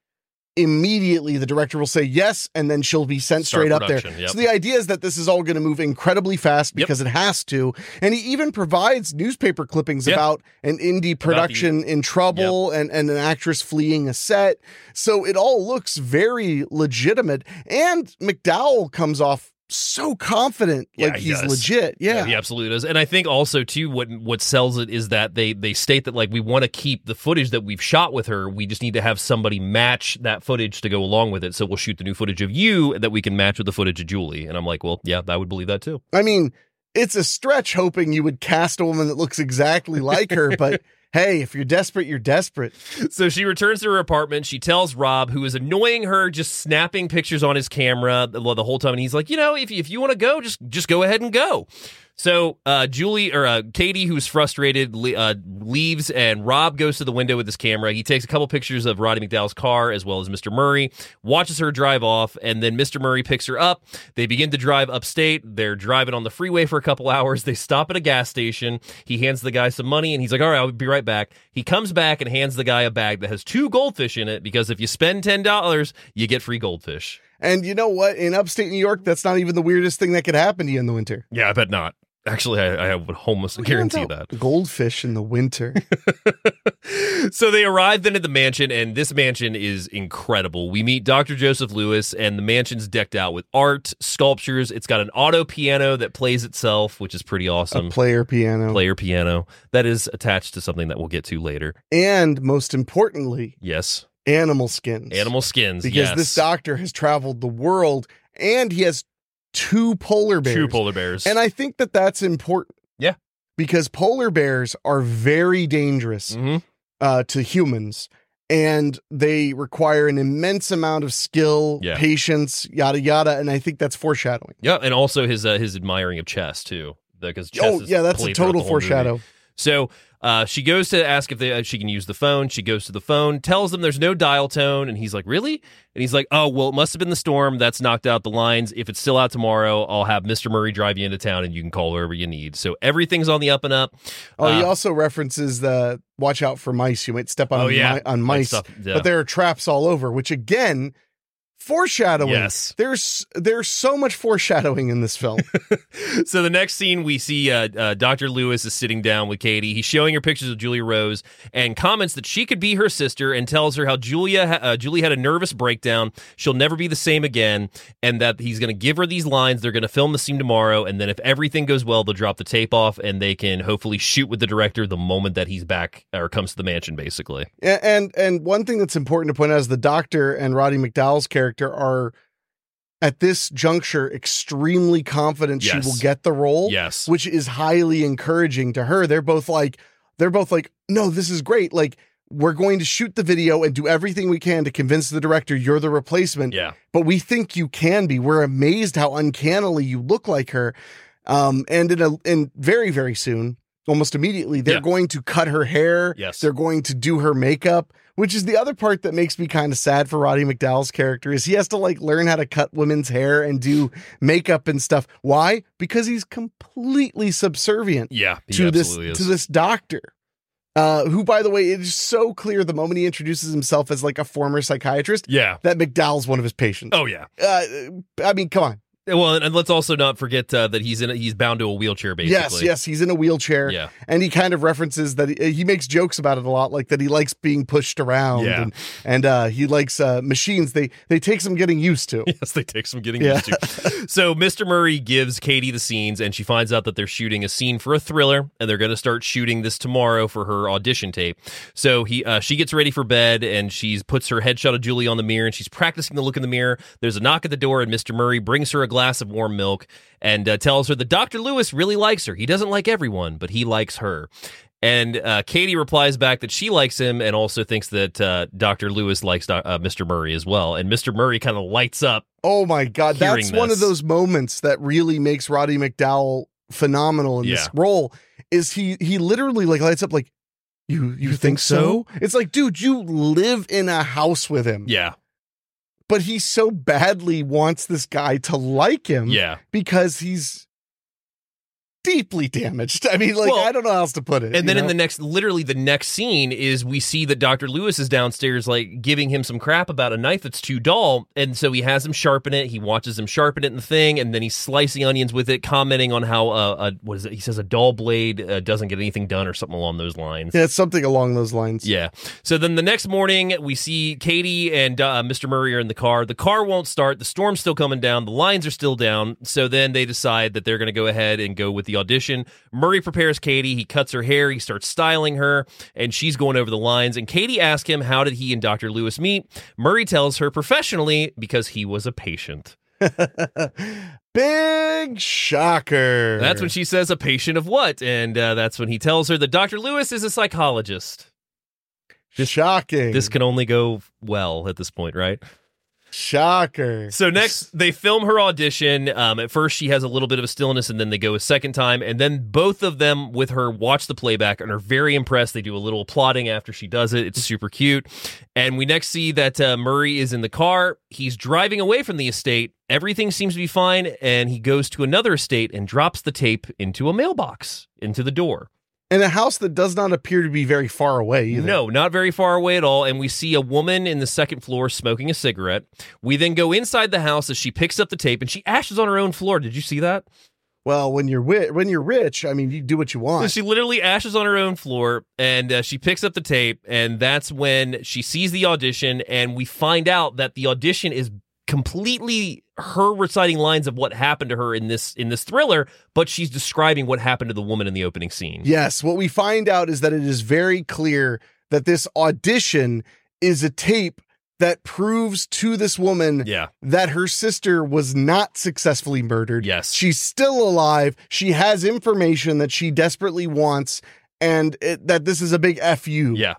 immediately the director will say yes and then she'll be sent Start straight up there. production, yep. So the idea is that this is all going to move incredibly fast Yep. because it has to. And he even provides newspaper clippings Yeah. about an indie production in trouble and, and an actress fleeing a set. So it all looks very legitimate. And McDowell comes off so confident, like he he's does. legit. Yeah. he absolutely does. And I think also too, what what sells it is that they they state that like we want to keep the footage that we've shot with her. We just need to have somebody match that footage to go along with it. So we'll shoot the new footage of you that we can match with the footage of Julie. And I'm like, well, yeah, I would believe that too. I mean, it's a stretch hoping you would cast a woman that looks exactly like her, but hey, if you're desperate, you're desperate. So she returns to her apartment. She tells Rob, who is annoying her, just snapping pictures on his camera the, the whole time. And he's like, you know, if, if you want to go, just just go ahead and go. So uh, Julie or uh, Katie, who's frustrated, le- uh, leaves, and Rob goes to the window with his camera. He takes a couple pictures of Roddy McDowell's car as well as Mr. Murray. Watches her drive off, and then Mr. Murray picks her up. They begin to drive upstate. They're driving on the freeway for a couple hours. They stop at a gas station. He hands the guy some money, and he's like, "All right, I'll be right back." He comes back and hands the guy a bag that has two goldfish in it because if you spend ten dollars, you get free goldfish. And you know what? In upstate New York, that's not even the weirdest thing that could happen to you in the winter. Yeah, I bet not. Actually, I, I would almost guarantee that. Goldfish in the winter. So they arrive then at the mansion, and this mansion is incredible. We meet Dr. Joseph Lewis, and the mansion's decked out with art, sculptures. It's got an auto piano that plays itself, which is pretty awesome. player piano. Player piano that is attached to something that we'll get to later. and most importantly, Yes. animal skins. Animal skins. because yes. this doctor has traveled the world and he has two polar bears. Two polar bears. And I think that that's important. Yeah. Because polar bears are very dangerous Mm-hmm. uh, to humans and they require an immense amount of skill, Yeah. patience, yada, yada. And I think that's foreshadowing. Yeah, and also his uh, his admiring of chess too, because chess Oh, is yeah, that's a played throughout total the whole movie. foreshadow. So uh, she goes to ask if, they, if she can use the phone. She goes to the phone, tells them there's no dial tone, and he's like, "Really?" And he's like, "Oh, well, it must have been the storm that's knocked out the lines. If it's still out tomorrow, I'll have Mister Murray drive you into town, and you can call wherever you need." So everything's on the up and up. Oh, Uh, he also references the watch out for mice. You might step on Oh, yeah. mi- on Like mice, stuff- yeah. but there are traps all over. Which again, foreshadowing. Yes. there's there's so much foreshadowing in this film. so the next scene we see uh, uh, Dr. Lewis is sitting down with Katie. He's showing her pictures of Julia Rose and comments that she could be her sister and tells her how Julia ha- uh, Julie had a nervous breakdown. She'll never be the same again and that he's going to give her these lines. They're going to film the scene tomorrow and then if everything goes well, they'll drop the tape off and they can hopefully shoot with the director the moment that he's back or comes to the mansion basically. A- and and one thing that's important to point out is the doctor and Roddy McDowell's character are at this juncture extremely confident Yes. she will get the role. Yes. which is highly encouraging to her. They're both like they're both like no, this is great. Like we're going to shoot the video and do everything we can to convince the director you're the replacement. Yeah. but we think you can be. We're amazed how uncannily you look like her. Um, and in a and very very soon, almost immediately, they're Yeah. going to cut her hair. Yes. they're going to do her makeup, which is the other part that makes me kind of sad for Roddy McDowell's character is he has to like learn how to cut women's hair and do makeup and stuff. Why? Because he's completely subservient Yeah, he to this absolutely is. to this doctor. Uh, who, by the way, it is so clear the moment he introduces himself as like a former psychiatrist. Yeah. that McDowell's one of his patients. Oh yeah. Uh, I mean, come on. Well, and let's also not forget uh, that he's in a, he's bound to a wheelchair basically. Yes, yes, he's in a wheelchair. Yeah. And he kind of references that he, he makes jokes about it a lot, like that he likes being pushed around Yeah. and, and uh, he likes uh, machines. They they take some getting used to. Yes, they take some getting Yeah. used to. So Mr. Murray gives Katie the scenes, and she finds out that they're shooting a scene for a thriller, and they're going to start shooting this tomorrow for her audition tape. So he, uh, she gets ready for bed, and she puts her headshot of Julie on the mirror, and she's practicing the look in the mirror. There's a knock at the door, and Mr. Murray brings her a glass of warm milk and uh, tells her that Dr. Lewis really likes her. He doesn't like everyone, but he likes her. And uh, Katie replies back that she likes him and also thinks that uh, Dr. Lewis likes doc- uh, Mr. Murray as well. And Mr. Murray kind of lights up Oh my God. Hearing That's one of this. those moments that really makes Roddy McDowell phenomenal in this Yeah. role is he he literally like lights up like you you, think, so? It's like, dude, you live in a house with him. Yeah. But he so badly wants this guy to like him. Yeah. because he's deeply damaged. I mean, like Well, I don't know how else to put it. And then in the next, next, literally the next scene is we see that Dr. Lewis is downstairs, like giving him some crap about a knife that's too dull. And so he has him sharpen it. He watches him sharpen it in the thing. And then he's slicing onions with it, commenting on how, uh, uh what is it? He says a dull blade uh, doesn't get anything done or something along those lines. yeah, it's something along those lines. Yeah. So then the next morning, we see Katie and uh, Mr. Murray are in the car. The car won't start. The storm's still coming down. The lines are still down. So then they decide that they're going to go ahead and go with the audition. Murray prepares Katie. He cuts her hair. He starts styling her, and she's going over the lines. And Katie asks him, How did he and Dr. Lewis meet? Murray tells her professionally because he was a patient. Big shocker. That's when she says, A patient of what? And uh, that's when he tells her that Dr. Lewis is a psychologist. shocking. This can only go well at this point, right? Shocker. So next, they film her audition. Um, at first, she has a little bit of a stillness, and then they go a second time, and then both of them with her watch the playback and are very impressed. They do a little applauding after she does it. It's super cute. And we next see that uh, Murray is in the car. He's driving away from the estate. Everything seems to be fine, and he goes to another estate and drops the tape into a mailbox into the door. In a house that does not appear to be very far away either. No, not very far away at all. And we see a woman in the second floor smoking a cigarette. We then go inside the house as she picks up the tape and she ashes on her own floor. Did you see that? Well, when you're wi- when you're rich, I mean, you do what you want. She literally ashes on her own floor and uh, she picks up the tape. And that's when she sees the audition. And we find out that the audition is completely her reciting lines of what happened to her in this in this thriller but she's describing what happened to the woman in the opening scene Yes, what we find out is that it is very clear that this audition is a tape that proves to this woman Yeah. that her sister was not successfully murdered. Yes. She's still alive. She has information that she desperately wants and it, that this is a big F you. Yeah.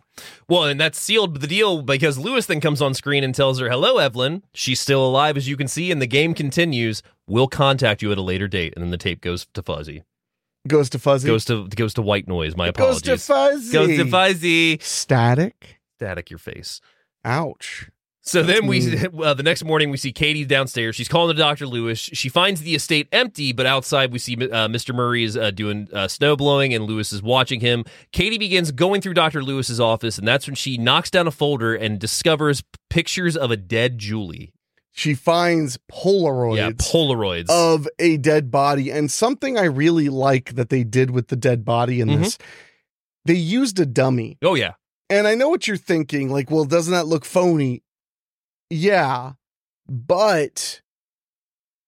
Well, and that's sealed the deal because Lewis then comes on screen and tells her, Hello, Evelyn. She's still alive, as you can see, and the game continues. We'll contact you at a later date. And then the tape goes to Fuzzy. Goes to fuzzy. Goes to goes to white noise. My Goes apologies. to fuzzy. Goes to fuzzy. Static. Static your face. Ouch. So then we, mean. uh, the next morning, we see Katie downstairs. She's calling to Dr. Lewis. She finds the estate empty, but outside we see uh, Mr. Murray is uh, doing uh, snow blowing and Lewis is watching him. Katie begins going through Dr. Lewis's office, and that's when she knocks down a folder and discovers pictures of a dead Julie. She finds Polaroids. Yeah, Polaroids. of a dead body. And something I really like that they did with the dead body in Mhm. this, they used a dummy. oh, yeah. And I know what you're thinking like, well, doesn't that look phony? Yeah, but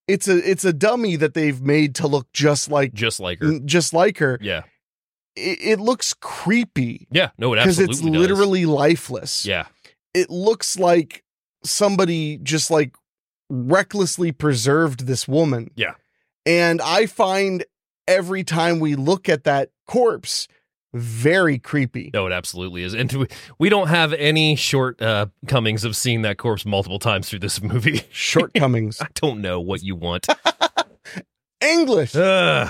it's a it's a dummy that they've made to look just like Just like her. n- just like her. Yeah. It, it looks creepy Yeah. No, it because absolutely it's does. literally lifeless. Yeah. It looks like somebody just like recklessly preserved this woman. Yeah. And I find every time we look at that corpse very creepy. No, it absolutely is. And we- we don't have any shortcomings uh, comings of seeing that corpse multiple times through this movie. Shortcomings. I don't know what you want. English. Ugh.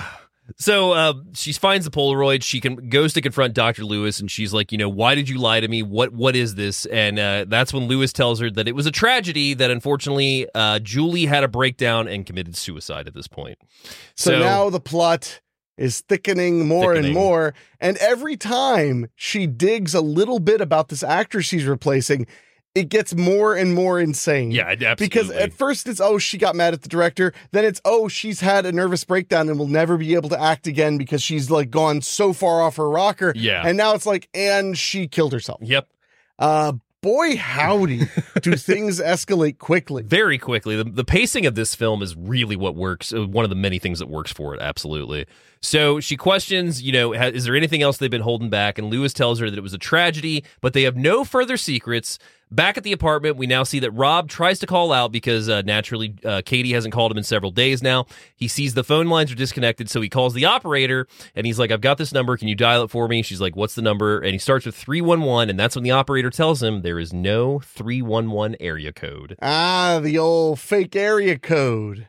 so uh, she finds the Polaroid. She can goes to confront Doctor Lewis, and she's like, you know, why did you lie to me? What what is this? And uh, that's when Lewis tells her that it was a tragedy that unfortunately uh, Julie had a breakdown and committed suicide at this point. So, so- now the plot is thickening more Thickening. and more. And every time she digs a little bit about this actor she's replacing, it gets more and more insane. Yeah, it- absolutely. Because at first it's, oh, she got mad at the director. Then it's, oh, she's had a nervous breakdown and will never be able to act again because she's like gone so far off her rocker. Yeah. And now it's like, and she killed herself. Yep. Uh, boy, howdy, do things escalate quickly. Very quickly, the, the pacing of this film is really what works. uh, One of the many things that works for it, absolutely. So she questions, you know, ha- is there anything else they've been holding back? And Lewis tells her that it was a tragedy, but they have no further secrets. Back at the apartment, we now see that Rob tries to call out because uh, naturally uh, Katie hasn't called him in several days now. He sees the phone lines are disconnected, so he calls the operator and he's like, I've got this number. Can you dial it for me? She's like, What's the number? And he starts with 311. And that's when the operator tells him there is no 311 area code. Ah, the old fake area code.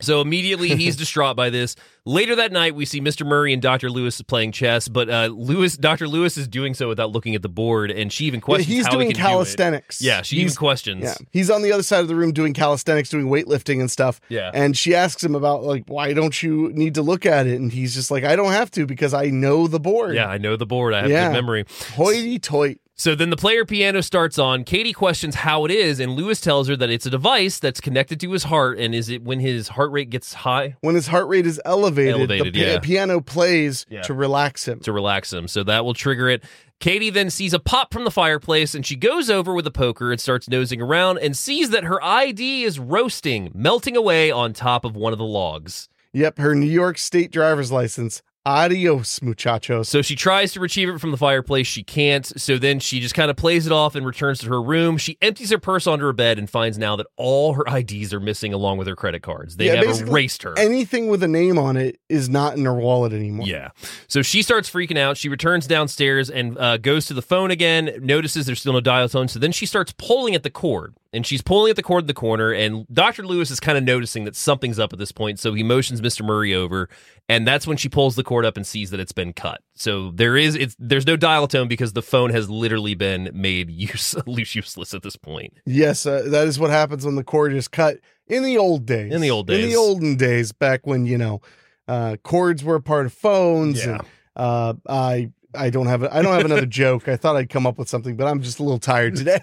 So immediately he's distraught by this. Later that night, we see Mr. Murray and Dr. Lewis playing chess, but uh, Lewis, Dr. Lewis is doing so without looking at the board, and she even Yeah, questions he's how he doing can do it. calisthenics. Yeah, she he's, even questions. yeah, he's on the other side of the room doing calisthenics, doing weightlifting and stuff. Yeah. And she asks him about like, why don't you need to look at it? And he's just like, I don't have to because I know the board. Yeah, I know the board. I have Yeah. good memory. Hoity toity. So then the player piano starts on. Katie questions how it is, and Lewis tells her that it's a device that's connected to his heart, and is it when his heart rate gets high When his heart rate is elevated, Elevated, the pi- yeah. piano plays Yeah. to relax him. to relax him. So that will trigger it. Katie then sees a pop from the fireplace and she goes over with a poker and starts nosing around and sees that her ID is roasting, melting away on top of one of the logs. Yep, her New York State driver's license. Adios, muchachos. So she tries to retrieve it from the fireplace. She can't. So then she just kind of plays it off and returns to her room. She empties her purse onto her bed and finds now that all her IDs are missing along with her credit cards. They Yeah, have basically erased her. Anything with a name on it is not in her wallet anymore. Yeah. So she starts freaking out. She returns downstairs and uh, goes to the phone again, notices there's still no dial tone. So then she starts pulling at the cord. and she's pulling at the cord in the corner. And Dr. Lewis is kind of noticing that something's up at this point. So he motions Mr. Murray over. And that's when she pulls the cord up and sees that it's been cut. So there is, it's, there's no dial tone because the phone has literally been made use, loose useless at this point. Yes, uh, that is what happens when the cord is cut in the old days. In the old In the days. olden days, back when you know uh, cords were a part of phones. Yeah. And, uh, I I don't have a, I don't have another joke. I thought I'd come up with something, but I'm just a little tired today.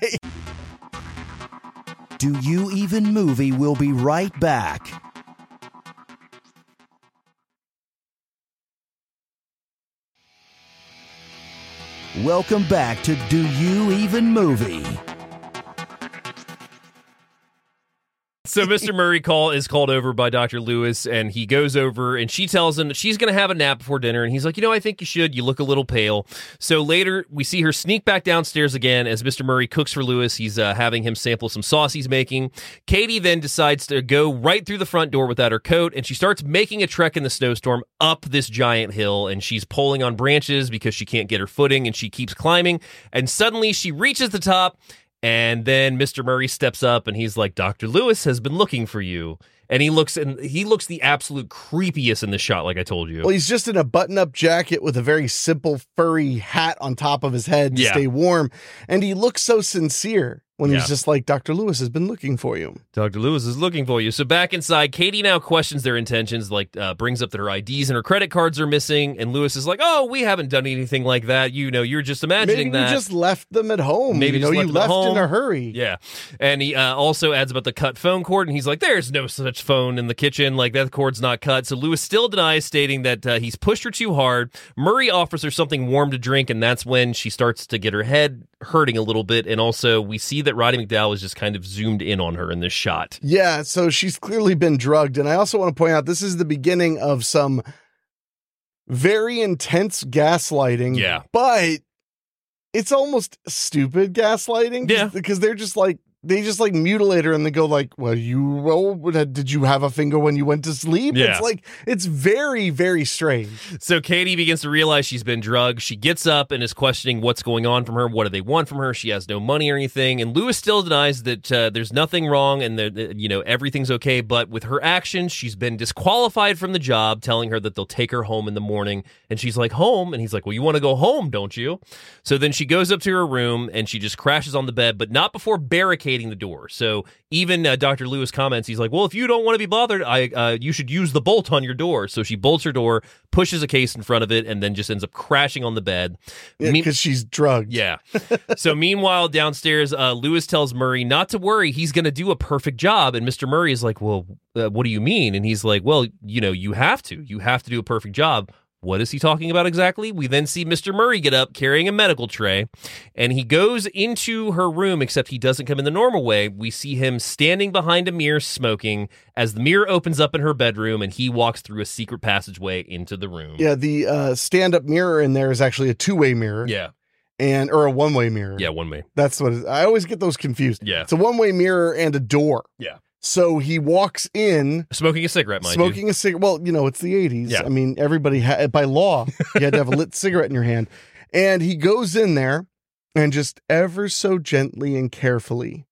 Do You Even Movie will be right back. Welcome back to Do You Even Movie? So Mr. Murray call is called over by Dr. Lewis and he goes over and she tells him that she's going to have a nap before dinner and he's like, "You know, I think you should. You look a little pale." So later we see her sneak back downstairs again as Mr. Murray cooks for Lewis. He's uh, having him sample some sauce he's making. Katie then decides to go right through the front door without her coat and she starts making a trek in the snowstorm up this giant hill and she's pulling on branches because she can't get her footing and she keeps climbing and suddenly she reaches the top and then Mr. Murray steps up and he's like, Dr. Lewis has been looking for you. And he looks and he looks the absolute creepiest in this shot, like I told you. well, he's just in a button-up jacket with a very simple furry hat on top of his head to Yeah. stay warm, and he looks so sincere when Yeah. he's just like, "Dr. Lewis has been looking for you." Dr. Lewis is looking for you. So back inside, Katie now questions their intentions, like uh, brings up that her IDs and her credit cards are missing. And Lewis is like, Oh, we haven't done anything like that. You know, you're just imagining Maybe that. you just left them at home. Maybe you know, just you left them at left in a home. hurry. Yeah. And he uh, also adds about the cut phone cord, and he's like, there's no such phone in the kitchen. Like, that cord's not cut. So Lewis still denies, stating that uh, he's pushed her too hard. Murray offers her something warm to drink, and that's when she starts to get her head hurting a little bit. And also, we see that Roddy McDowell is just kind of zoomed in on her in this shot. Yeah, so she's clearly been drugged. And I also want to point out this is the beginning of some very intense gaslighting. Yeah. But it's almost stupid gaslighting. 'cause- Yeah. Because they're just like, they just like mutilate her and they go like, well, you, well, did you have a finger when you went to sleep? Yeah. It's like, it's very, very strange. So Katie begins to realize she's been drugged. She gets up and is questioning what's going on from her. What do they want from her? She has no money or anything. And Lewis still denies that uh, there's nothing wrong and that that, you know everything's okay. But with her actions, she's been disqualified from the job, telling her that they'll take her home in the morning. And she's like, "Home?" And he's like, "Well, you want to go home, don't you?" So then she goes up to her room and she just crashes on the bed, but not before barricading the door. So even uh, Dr. Lewis comments, he's like, "Well, if you don't want to be bothered, I uh, you should use the bolt on your door." So she bolts her door, pushes a case in front of it, and then just ends up crashing on the bed. Because Mean- she's drugged. yeah. so meanwhile, downstairs, uh, Lewis tells Murray not to worry. He's going to do a perfect job. And Mr. Murray is like, well, uh, what do you mean? And he's like, well, you know, you have to. You have to do a perfect job. What is he talking about exactly? We then see Mr. Murray get up carrying a medical tray and he goes into her room, except he doesn't come in the normal way. We see him standing behind a mirror smoking as the mirror opens up in her bedroom and he walks through a secret passageway into the room. Yeah. The uh, stand up mirror in there is actually a two way mirror. Yeah. And, or a one way mirror. Yeah, one way. That's what it is. I always get those confused. Yeah. It's a one way mirror and a door. Yeah. So he walks in Smoking a cigarette, mind you. smoking a cigarette. Well, you know, it's the 80s. Yeah. I mean, everybody had, by law, you had to have a lit cigarette in your hand. And he goes in there and just ever so gently and carefully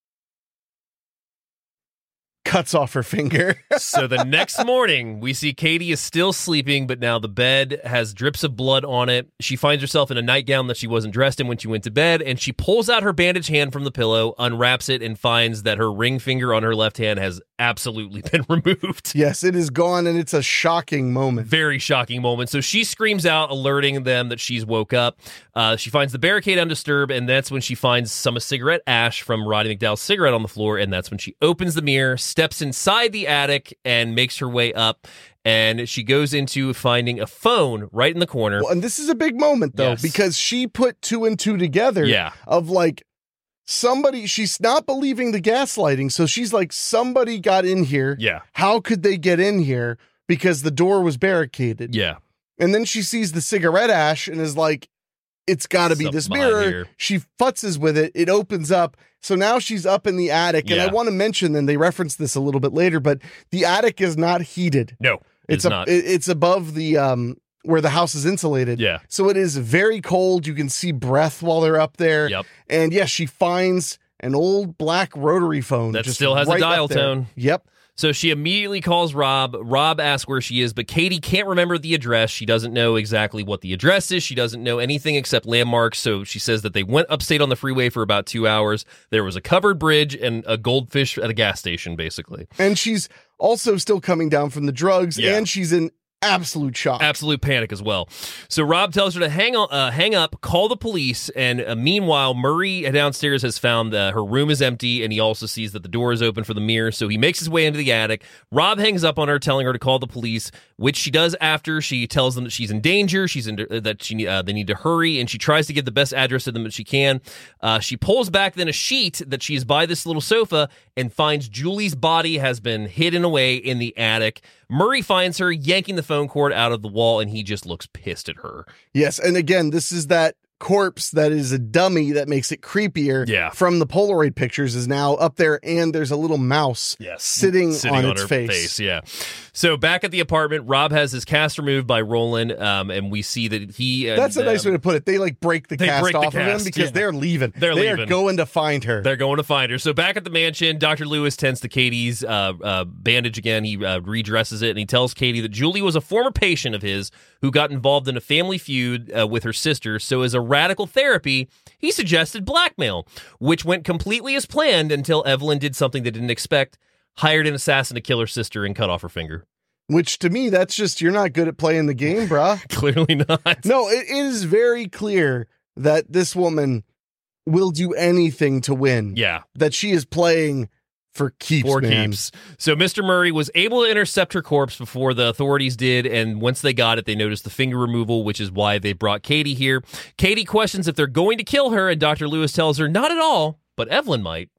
cuts off her finger. so the next morning, we see Katie is still sleeping, but now the bed has drips of blood on it. She finds herself in a nightgown that she wasn't dressed in when she went to bed, and she pulls out her bandaged hand from the pillow, unwraps it, and finds that her ring finger on her left hand has absolutely been removed. yes, it is gone and it's a shocking moment. Very shocking moment. So she screams out, alerting them that she's woke up. Uh, she finds the barricade undisturbed, and that's when she finds some cigarette ash from Roddy McDowell's cigarette on the floor. And that's when she opens the mirror, steps inside the attic, and makes her way up. And she goes into finding a phone right in the corner. Well, and this is a big moment though, Yes. because she put two and two together Yeah. of like somebody she's not believing the gaslighting, so she's like, somebody got in here. Yeah. How could they get in here? Because the door was barricaded. Yeah. And then she sees the cigarette ash and is like, it's got to be this Something behind mirror. here. She futzes with it. It opens up. So now she's up in the attic. And I Yeah. want to mention, and they reference this a little bit later, but the attic is not heated. No, It's, it's a, not. it- it's above the um where the house is insulated. Yeah. So it is very cold. You can see breath while they're up there. Yep. And yes, she finds an old black rotary phone That just still has right a up dial there. tone. Yep. So she immediately calls Rob. Rob asks where she is, but Katie can't remember the address. She doesn't know exactly what the address is. She doesn't know anything except landmarks. So she says that they went upstate on the freeway for about two hours. There was a covered bridge and a goldfish at a gas station, basically. And she's also still coming down from the drugs, Yeah. and she's in absolute shock. Absolute panic as well. So Rob tells her to hang on, uh, hang up, call the police, and uh, meanwhile Murray downstairs has found that her room is empty, and he also sees that the door is open for the mirror. So he makes his way into the attic. Rob hangs up on her, telling her to call the police, which she does after she tells them that she's in danger. She's in that she uh, they need to hurry, and she tries to give the best address to them that she can. Uh, she pulls back then a sheet that she is by this little sofa and finds Julie's body has been hidden away in the attic. Murray finds her yanking the phone cord out of the wall, and he just looks pissed at her. Yes, and again, this is that corpse that is a dummy that makes it creepier. Yeah. From the Polaroid pictures is now up there, and there's a little mouse Mm-hmm. sitting, on, its her face. Yeah. So back at the apartment, Rob has his cast removed by Roland, um, and we see that he. And, That's a nice um, way to put it. They like break the they cast break the off of him cast, because yeah. they're leaving. They're They are leaving. going to find her. They're going to find her. So back at the mansion, Dr. Lewis tends to Katie's uh, uh, bandage again. He uh, redresses it and he tells Katie that Julie was a former patient of his who got involved in a family feud uh, with her sister. So, as a radical therapy, he suggested blackmail, which went completely as planned until Evelyn did something they didn't expect hired an assassin to kill her sister and cut off her finger. Which to me, that's just you're not good at playing the game, bruh. Clearly not. No, it is very clear that this woman will do anything to win. Yeah. That she is playing for keeps. Four man. keeps. So Mr. Murray was able to intercept her corpse before the authorities did, and once they got it, they noticed the finger removal, which is why they brought Katie here. Katie questions if they're going to kill her, and Dr. Lewis tells her not at all, but Evelyn might.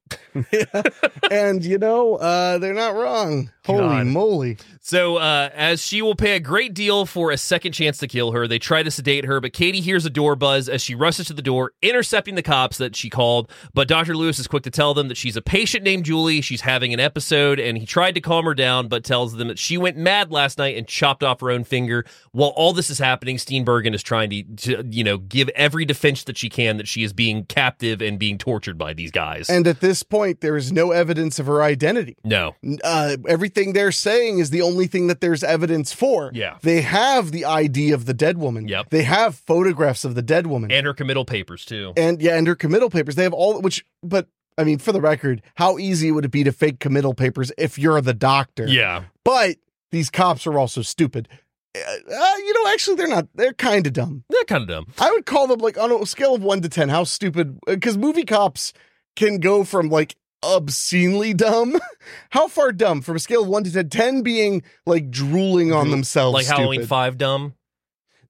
and you know, uh, they're not wrong. Holy God. moly. So, uh, as she will pay a great deal for a second chance to kill her, they try to sedate her, but Katie hears a door buzz as she rushes to the door, intercepting the cops that she called. But Dr. Lewis is quick to tell them that she's a patient named Julie. She's having an episode, and he tried to calm her down, but tells them that she went mad last night and chopped off her own finger. While all this is happening, Steenbergen is trying to, to you know, give every defense that she can that she is being captive and being tortured by these guys. And at this point, there is no evidence of her identity. no. Uh, everything they're saying is the only thing that there's evidence for. Yeah. They have the ID of the dead woman. Yep. They have photographs of the dead woman. And her committal papers, too. and yeah, and her committal papers. They have all which but I mean, for the record, how easy would it be to fake committal papers if you're the doctor? Yeah. But these cops are also stupid. Uh, uh, you know, actually, they're not. They're kind of dumb. They're kind of dumb. I would call them like on a scale of one to ten, how stupid? Because movie cops can go from like obscenely dumb. how far dumb? From a scale of one to ten, ten being like drooling on themselves, Like Halloween stupid. 5 dumb.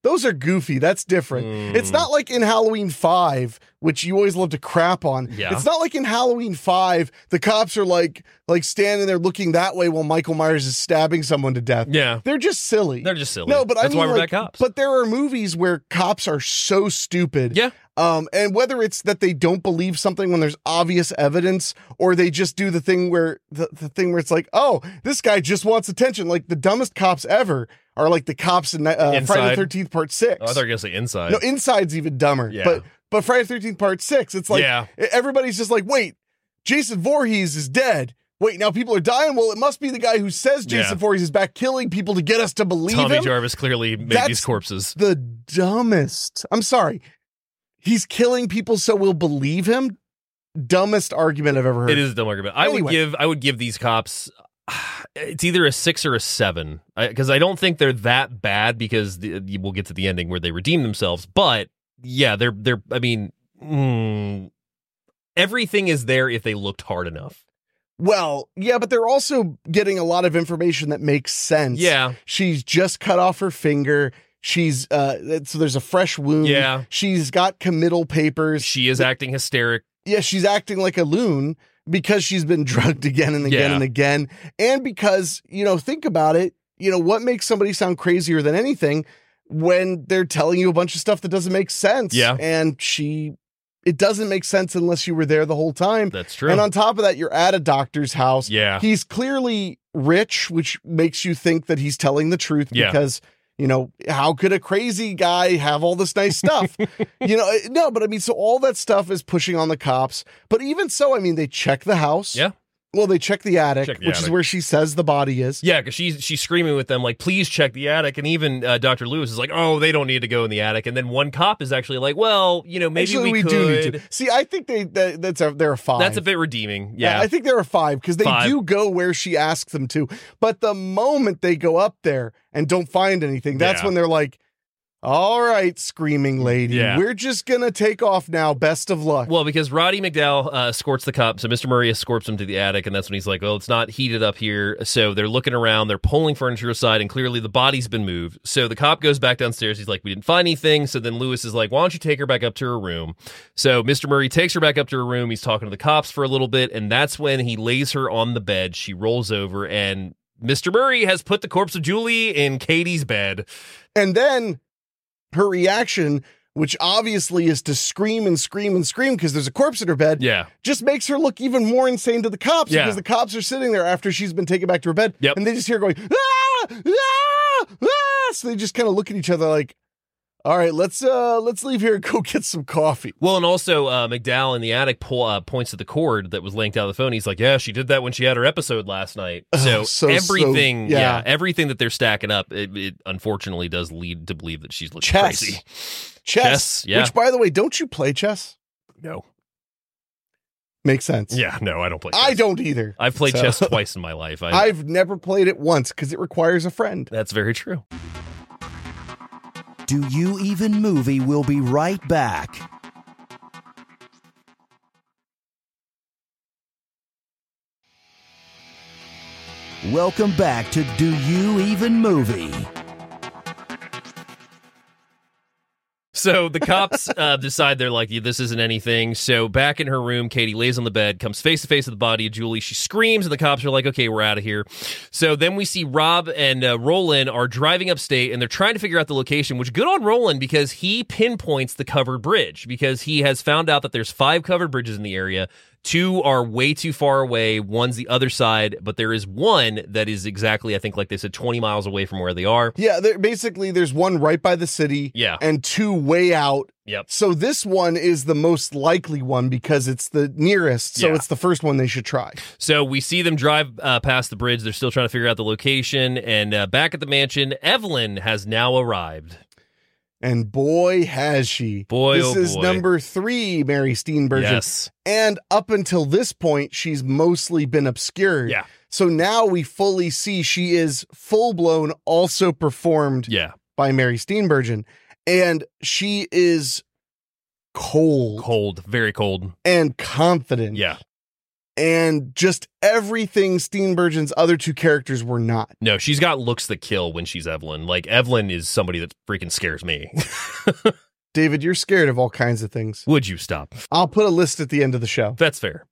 Those are goofy. That's different. Hmm. It's not like in Halloween 5, which you always love to crap on. Yeah. It's not like in Halloween 5, the cops are like like standing there looking that way while Michael Myers is stabbing someone to death. Yeah. They're just silly. They're just silly. No, but I That's mean, why we're like, bad cops. But there are movies where cops are so stupid. Yeah. Um, and whether it's that they don't believe something when there's obvious evidence, or they just do the thing where the, the thing where it's like, oh, this guy just wants attention. Like the dumbest cops ever are like the cops in uh, Friday the Inside. Thirteenth Part Six. Oh, I thought you were gonna say inside. No, Inside's even dumber. Yeah. But but Friday the 13th Part 6, it's like e, Yeah. everybody's just like, wait, Jason Voorhees is dead. Wait, now people are dying. Well, it must be the guy who says Jason Yeah. Voorhees is back killing people to get us to believe Tommy him. Jarvis clearly made That's- these corpses. The dumbest. I'm sorry. He's killing people so we'll believe him. Dumbest argument I've ever heard. It is a dumb argument. I Anyway. would give I would give these cops it's either a six or a seven because I, don't think they're that bad because the, you- we'll get to the ending where they redeem themselves. But yeah, they're they're. I mean, mm, everything is there if they looked hard enough. Well, yeah, but they're also getting a lot of information that makes sense. Yeah. She's just cut off her finger. She's uh so there's a fresh wound. Yeah. She's got committal papers. She is acting hysteric. yeah, she's acting like a loon because she's been drugged again and again Yeah. and again. And because, you know, think about it, you know, what makes somebody sound crazier than anything when they're telling you a bunch of stuff that doesn't make sense. Yeah. And she it doesn't make sense unless you were there the whole time. That's true. And on top of that, you're at a doctor's house. Yeah. He's clearly rich, which makes you think that he's telling the truth Yeah. because, you know, how could a crazy guy have all this nice stuff? you know, no, but I mean, so all that stuff is pushing on the cops. But even so, I mean, they check the house. Yeah. Well, they check the attic, Check the which is attic. where she says the body is. Yeah, because she's she's screaming with them like, "Please check the attic." And even uh, Doctor Lewis is like, "Oh, they don't need to go in the attic." And then one cop is actually like, "Well, you know, maybe Actually, we, could. do need to. See, I think they that, that's a they're a five. That's a bit redeeming. Yeah, I think there are five because they Five. do go where she asks them to. But the moment they go up there and don't find anything, that's Yeah. when they're like, all right, screaming lady, Yeah. we're just going to take off now. Best of luck. Well, because Roddy McDowell uh, escorts the cop, so Mr. Murray escorts him to the attic, and that's when he's like, "Well, it's not heated up here." So they're looking around, they're pulling furniture aside, and clearly the body's been moved. So the cop goes back downstairs. He's like, "We didn't find anything." So then Lewis is like, "Why don't you take her back up to her room?" So Mr. Murray takes her back up to her room. He's talking to the cops for a little bit, and that's when he lays her on the bed. She rolls over, and Mr. Murray has put the corpse of Julie in Katie's bed. And then her reaction, which obviously is to scream and scream and scream because there's a corpse in her bed, Yeah. just makes her look even more insane to the cops Yeah. because the cops are sitting there after she's been taken back to her bed. Yep. And they just hear her going, ah, ah, ah. So they just kind of look at each other like, all right, let's uh let's leave here and go get some coffee. Well, and also uh, McDowell in the attic pull, uh, points to the cord that was linked out of the phone. He's like, "Yeah, she did that when she had her episode last night." So, Oh, so- so- everything, yeah. yeah. everything that they're stacking up, it, it unfortunately does lead to believe that she's looking Chess. crazy. Chess. Chess, yeah. Which by the way, don't you play chess? No. Makes sense. Yeah, no, I don't play. Chess. I don't either. I've played So- chess twice in my life. I, I've never played it once because it requires a friend. that's very true. Do You Even Movie will be right back. Welcome back to Do You Even Movie? So the cops uh, decide they're like, "Yeah, this isn't anything. So back in her room, Katie lays on the bed, comes face to face with the body of Julie. She screams, and the cops are like, okay, we're out of here. So then we see Rob and uh, Roland are driving upstate, and they're trying to figure out the location, which good on Roland because he pinpoints the covered bridge because he has found out that there's five covered bridges in the area. Two are way too far away. One's the other side, but there is one that is exactly, I think, like they said, 20 miles away from where they are. Yeah, there, basically, there's one right by the city. Yeah. And two way out. Yep. So this one is the most likely one because it's the nearest. So Yeah. it's the first one they should try. So we see them drive uh, past the bridge. They're still trying to figure out the location. And uh, back at the mansion, Evelyn has now arrived. And boy, has she. Boy, This oh is boy. number three, Mary Steenburgen. Yes. And up until this point, she's mostly been obscured. Yeah. So now we fully see she is full blown, also performed Yeah. by Mary Steenburgen. And she is cold Cold, very cold. and confident. Yeah. and just everything Steenburgen's other two characters were not. No, she's got looks that kill when she's Evelyn. Like, Evelyn is somebody that freaking scares me. David, you're scared of all kinds of things. Would you stop? I'll put a list at the end of the show. That's fair.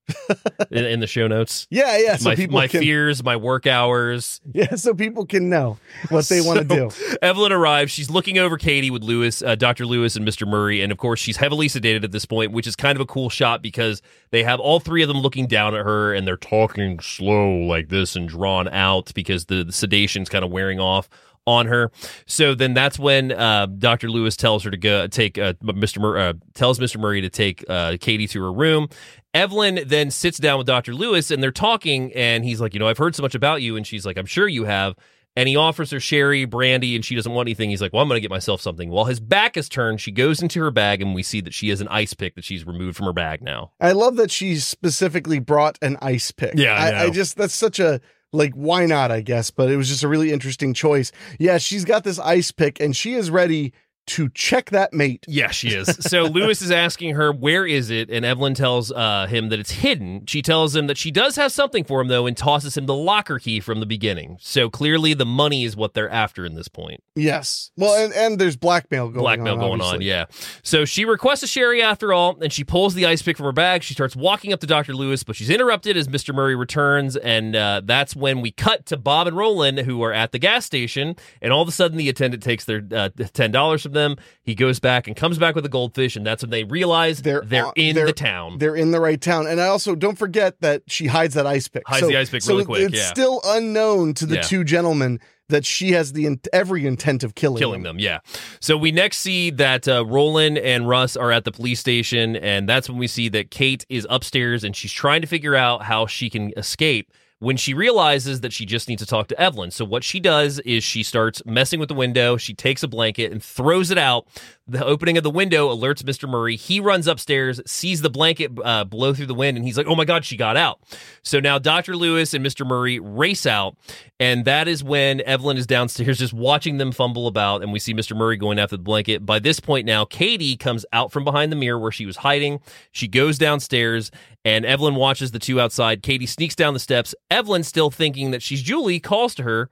In, in the show notes. Yeah, yeah. So my people my can fears, my work hours. yeah, so people can know what they want to do. Evelyn arrives. She's looking over Katie with Lewis, uh, Dr. Lewis, and Mr. Murray. And of course, she's heavily sedated at this point, which is kind of a cool shot because they have all three of them looking down at her and they're talking slow like this and drawn out because the, the sedation's kind of wearing off on her. So then that's when uh, Dr. Lewis tells her to go take uh, Mr. Mur- uh, tells Mr. Murray to take uh, Katie to her room. Evelyn then sits down with Dr. Lewis and they're talking and he's like, "You know, I've heard so much about you." And she's like, "I'm sure you have." And he offers her sherry, brandy, and she doesn't want anything. He's like, Well, I'm going to get myself something. While his back is turned, she goes into her bag, and we see that she has an ice pick that she's removed from her bag now. I love that she specifically brought an ice pick. Yeah, I I, I know. just that's such a like why not? I guess, but it was just a really interesting choice. Yeah, she's got this ice pick and she is ready to check that mate. Yeah, she is. So Lewis is asking her, Where is it? And Evelyn tells uh, him that it's hidden. She tells him that she does have something for him, though, and tosses him the locker key from the beginning. So clearly, the money is what they're after in this point. Yes. Well, and, and there's blackmail going blackmail on. going on. obviously. Yeah. So she requests a sherry after all, and she pulls the ice pick from her bag. She starts walking up to Dr. Lewis, but she's interrupted as Mr. Murray returns. And uh, that's when we cut to Bob and Roland, who are at the gas station. And all of a sudden, the attendant takes their uh, $10 from them. He goes back and comes back with a goldfish. And that's when they realize they're, on- in they're- the town. They're in the right town. And I also don't forget that she hides that ice pick. Hides the ice pick really quick, It's yeah. still unknown to the Yeah. two gentlemen that she has the in- every intent of killing, killing them. Yeah. So we next see that uh, Roland and Russ are at the police station, and that's when we see that Kate is upstairs and she's trying to figure out how she can escape. When she realizes that she just needs to talk to Evelyn. So, what she does is she starts messing with the window. She takes a blanket and throws it out. The opening of the window alerts Mr. Murray. He runs upstairs, sees the blanket uh, blow through the wind, and he's like, oh my God, she got out. So now Dr. Lewis and Mr. Murray race out. And that is when Evelyn is downstairs just watching them fumble about. And we see Mr. Murray going after the blanket. By this point now, Katie comes out from behind the mirror where she was hiding. She goes downstairs, and Evelyn watches the two outside. Katie sneaks down the steps. Evelyn, still thinking that she's Julie, calls to her.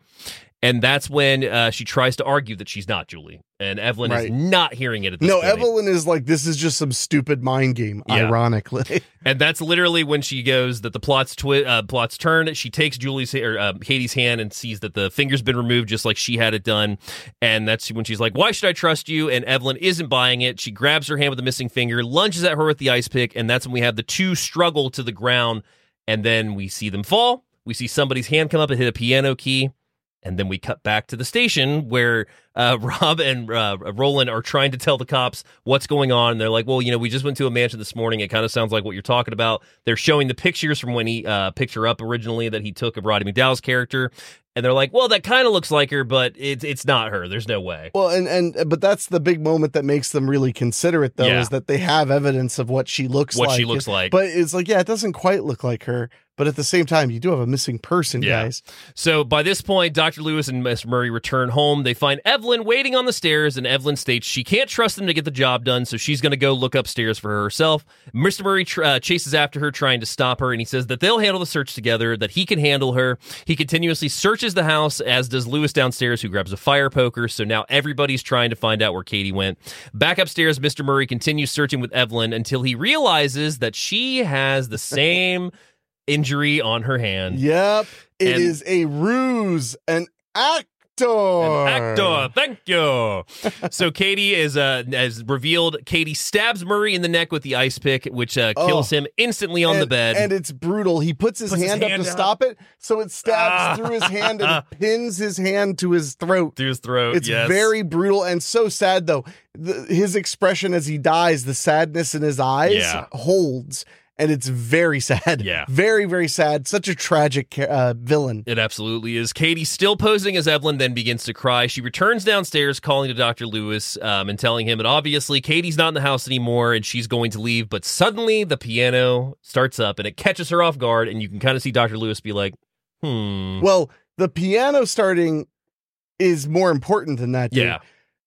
And that's when uh, she tries to argue that she's not Julie. And Evelyn Right. is not hearing it at this No, point. Evelyn is like, this is just some stupid mind game, Yeah. ironically. And that's literally when she goes that the plot's twi- uh, plot's turn. She takes Julie's or uh, Katie's hand and sees that the finger's been removed, just like she had it done. And that's when she's like, "Why should I trust you?" And Evelyn isn't buying it. She grabs her hand with the missing finger, lunges at her with the ice pick, and that's when we have the two struggle to the ground. And then we see them fall. We see somebody's hand come up and hit a piano key. And then we cut back to the station where uh, Rob and uh, Roland are trying to tell the cops what's going on. And they're like, well, you know, we just went to a mansion this morning. It kind of sounds like what you're talking about. They're showing the pictures from when he uh, picked her up originally that he took of Roddy McDowell's character. And they're like, well, that kind of looks like her, but it's it's not her. There's no way. Well, and and uh, but that's the big moment that makes them really consider it, though, Yeah. is that they have evidence of what she looks What like. she looks like. But it's like, yeah, it doesn't quite look like her. But at the same time, you do have a missing person, guys. So by this point, Dr. Lewis and Miss Murray return home. They find Evelyn waiting on the stairs, and Evelyn states she can't trust them to get the job done, so she's going to go look upstairs for herself. Mr. Murray tr- uh, chases after her, trying to stop her, and he says that they'll handle the search together, that he can handle her. He continuously searches the house, as does Lewis downstairs, who grabs a fire poker. So now everybody's trying to find out where Katie went. Back upstairs, Mr. Murray continues searching with Evelyn until he realizes that she has the same injury on her hand. Yep. it And- is a ruse, an actor. An actor, thank you. so Katie is uh as revealed. Katie stabs Murray in the neck with the ice pick, which uh, kills Oh. him instantly on and, the bed. And it's brutal. He puts his, Puts his hand, hand up to out. stop it, so it stabs Ah. through his hand and pins his hand to his throat. through his throat. It's yes. very brutal and so sad though. The, his expression as he dies, the sadness in his eyes Yeah. holds, and it's very sad. Yeah. very very sad. Such a tragic ca- uh, villain. It absolutely is. Katie, still posing as Evelyn, then begins to cry. She returns downstairs, calling to Dr. Lewis um, and telling him that obviously Katie's not in the house anymore and she's going to leave. But suddenly the piano starts up and it catches her off guard. And you can kind of see Dr. Lewis be like, hmm. Well, the piano starting is more important than that. Dude. Yeah.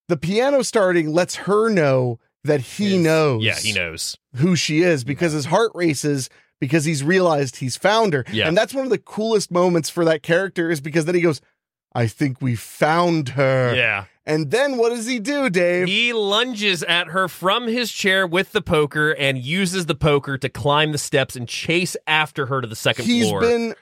the piano starting lets her know that he knows. Yeah, he knows. who she is because his heart races because he's realized he's found her. Yeah. And that's one of the coolest moments for that character is because then he goes, I think we found her. Yeah. And then what does he do, Dave? He lunges at her from his chair with the poker and uses the poker to climb the steps and chase after her to the second He's floor. been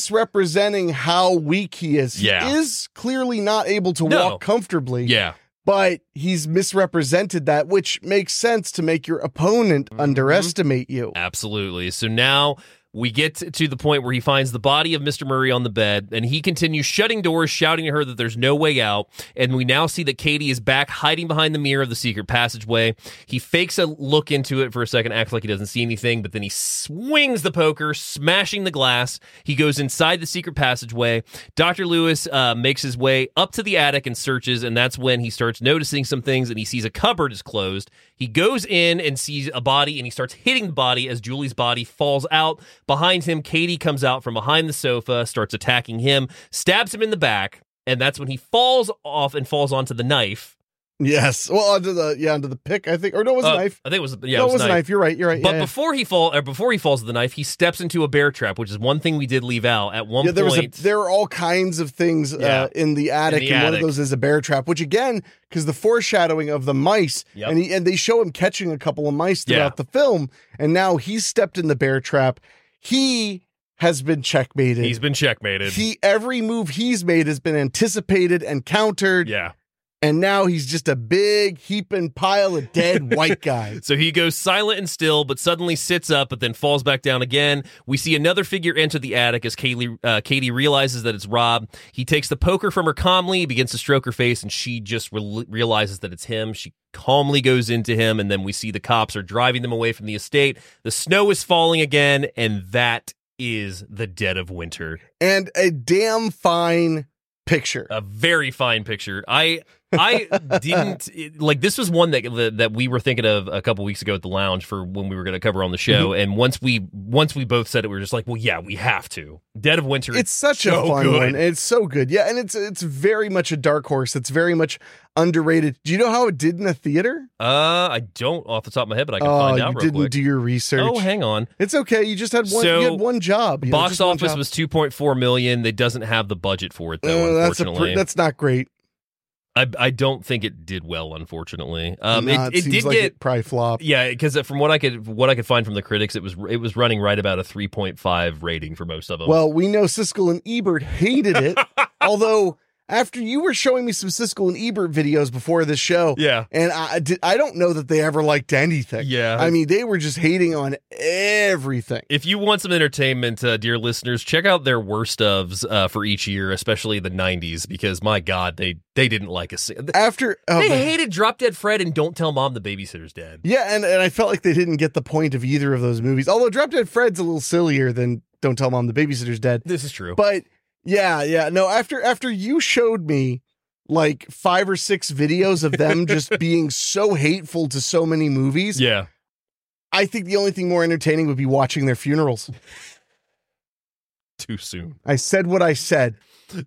misrepresenting how weak he is. Yeah. He is clearly not able to No. walk comfortably. yeah. But he's misrepresented that, which makes sense to make your opponent Mm-hmm. underestimate you. Absolutely. So now we get to the point where he finds the body of Mr. Murray on the bed and he continues shutting doors, shouting to her that there's no way out. And we now see that Katie is back hiding behind the mirror of the secret passageway. He fakes a look into it for a second, acts like he doesn't see anything, but then he swings the poker, smashing the glass. He goes inside the secret passageway. Dr. Lewis uh, makes his way up to the attic and searches, and that's when he starts noticing some things and he sees a cupboard is closed. He goes in and sees a body and he starts hitting the body as Julie's body falls out. Behind him, Katie comes out from behind the sofa, starts attacking him, stabs him in the back, and that's when he falls off and falls onto the knife. Yes. Well, onto the yeah, onto the pick, I think. Or no, it was Uh, a knife. I think it was yeah, no, it was, a knife. You're right. You're right. But yeah, yeah. before he fall or before he falls to the knife, he steps into a bear trap, which is one thing we did leave out at one yeah, there point. was a, there are all kinds of things Yeah. uh, in the attic, the and one of attic. those is a bear trap. Which again, because the foreshadowing of the mice, Yep. and he, and they show him catching a couple of mice Yeah. throughout the film, and now he's stepped in the bear trap. He has been checkmated. He's been checkmated. he every move he's made has been anticipated and countered. yeah. and now he's just a big heaping pile of dead white guy. So he goes silent and still, but suddenly sits up, but then falls back down again. We see another figure enter the attic as Kaylee, uh, Katie realizes that it's Rob. He takes the poker from her calmly, begins to stroke her face, and she just re- realizes that it's him. She calmly goes into him, and then we see the cops are driving them away from the estate. The snow is falling again, and that is the dead of winter. And a damn fine picture. A very fine picture. I I didn't it- like this was one that that- that we were thinking of a couple weeks ago at the lounge for when we were going to cover on the show and once we once we both said it we were just like, well yeah, we have to. Dead of Winter. It's such a so fun good. one. and It's so good. Yeah, and it's it's very much a dark horse. It's very much underrated. Do you know how it did in a theater? Uh I don't off the top of my head, but I can oh, find out you real didn't quick. do your research. Oh, hang on. It's okay. You just had one. So, you had one job. you know, Box just one office job. was 2.4 million. They doesn't have the budget for it though, Uh, that's a unfortunately. pr- that's not great. I, I don't think it did well, unfortunately. Um, Nah, it, it, seems did like get it probably flop. Yeah, because uh, from what I could what I could find from the critics, it was it was running right about a three point five rating for most of them. Well, we know Siskel and Ebert hated it. although after you were showing me some Siskel and Ebert videos before this show, Yeah. and I I did, I don't know that they ever liked anything. Yeah. I mean they were just hating on everything. if you want some entertainment, uh, dear listeners, check out their worst ofs uh, for each year, especially the '90s, because my God, they they didn't like us. They After oh, man. hated Drop Dead Fred and Don't Tell Mom the Babysitter's Dead. Yeah, and, and I felt like they didn't get the point of either of those movies. Although Drop Dead Fred's a little sillier than Don't Tell Mom the Babysitter's Dead. This is true. But yeah, yeah. No, after after you showed me like five or six videos of them just being so hateful to so many movies, yeah, I think the only thing more entertaining would be watching their funerals. too soon. I said what I said.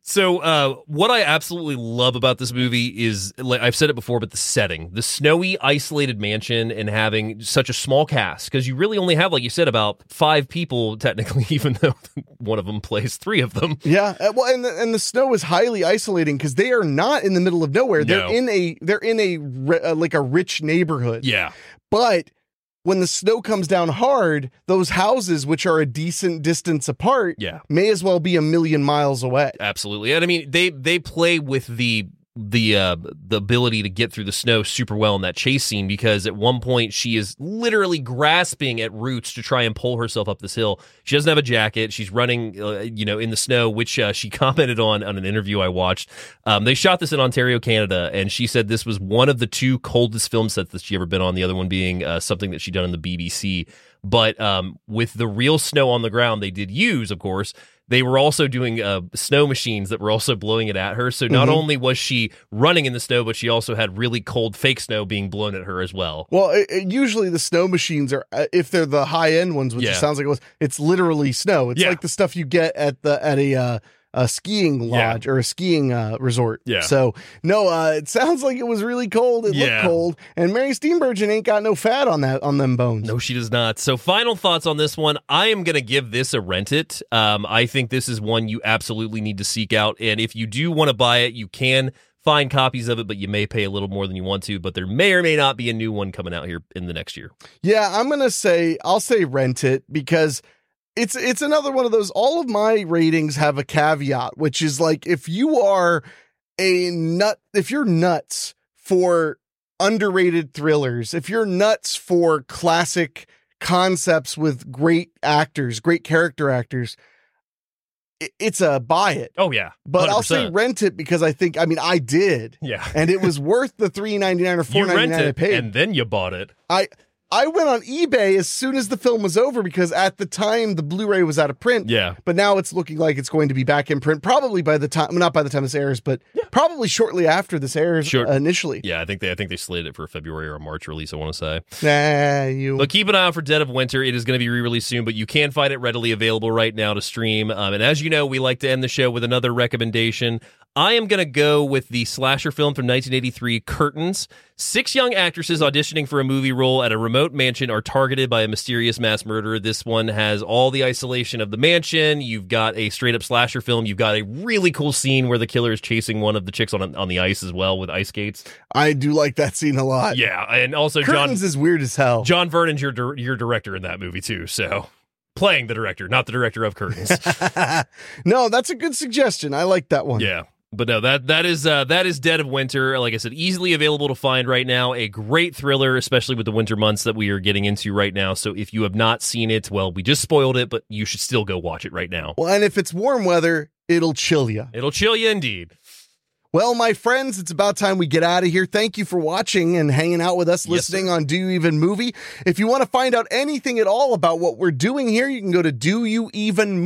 So, uh, what I absolutely love about this movie is, like I've said it before, but the setting, the snowy, isolated mansion, and having such a small cast because you really only have, like you said, about five people technically, even though one of them plays three of them. Yeah, uh, well, and the, and the snow is highly isolating because they are not in the middle of nowhere. No. They're in a they're in a ri- uh, like a rich neighborhood. Yeah, But when the snow comes down hard, those houses, which are a decent distance apart, Yeah. may as well be a million miles away. absolutely. And I mean, they they play with the the uh the ability to get through the snow super well in that chase scene because at one point she is literally grasping at roots to try and pull herself up this hill she doesn't have a jacket she's running uh, you know in the snow which uh, she commented on on an interview i watched um they shot this in ontario canada and she said this was one of the two coldest film sets that she ever been on the other one being uh, something that she done in the bbc but um with the real snow on the ground they did use of course they were also doing uh, snow machines that were also blowing it at her. So not Mm-hmm. only was she running in the snow, but she also had really cold fake snow being blown at her as well. Well, it, it- usually the snow machines are, uh, if they're the high end ones, which Yeah. it sounds like it was, it's literally snow. It's Yeah. like the stuff you get at the at a uh, a skiing Yeah. lodge or a skiing uh, resort. Yeah. So no, uh, it sounds like it was really cold. It Yeah. looked cold, and Mary Steenburgen ain't got no fat on that on them bones. No, she does not. So final thoughts on this one. I am going to give this a rent it. Um, I think this is one you absolutely need to seek out. And if you do want to buy it, you can find copies of it, but you may pay a little more than you want to. But there may or may not be a new one coming out here in the next year. Yeah, I'm gonna say I'll say rent it because it's it's another one of those. All of my ratings have a caveat, which is like if you are a nut, if you're nuts for underrated thrillers, if you're nuts for classic concepts with great actors, great character actors, i- it's a buy it. Oh, yeah. But i will say rent it because I think I mean I did, yeah. and it was worth the three ninety nine or four You ninety rent nine I it paid. and then you bought it. I I went on eBay as soon as the film was over because at the time the Blu-ray was out of print. Yeah. But now it's looking like it's going to be back in print probably by the time well, not by the time this airs, but probably shortly after this airs Sure. uh, initially. Yeah, I think they I think they slated it for a February or a March release, I want to say. Nah, you But keep an eye out for Dead of Winter. It is going to be re-released soon, but you can find it readily available right now to stream. Um, and as you know, we like to end the show with another recommendation. I am going to go with the slasher film from 1983, Curtains. Six young actresses auditioning for a movie role at a remote mansion are targeted by a mysterious mass murderer. This one has all the isolation of the mansion. You've got a straight up slasher film. You've got a really cool scene where the killer is chasing one of the chicks on on the ice as well with ice skates. I do like that scene a lot. Yeah, and also John Curtains is weird as hell. John Vernon's your dir- your director in that movie too. So playing the director, not the director of Curtains. no, that's a good suggestion. I like that one. yeah. But no, that that is uh, that is Dead of Winter. Like I said, easily available to find right now. A great thriller, especially with the winter months that we are getting into right now. So if you have not seen it, well, we just spoiled it, but you should still go watch it right now. Well, and if it's warm weather, it'll chill you. It'll chill you indeed. Well, my friends, it's about time we get out of here. Thank you for watching and hanging out with us, listening on Do You Even Movie. If you want to find out anything at all about what we're doing here, you can go to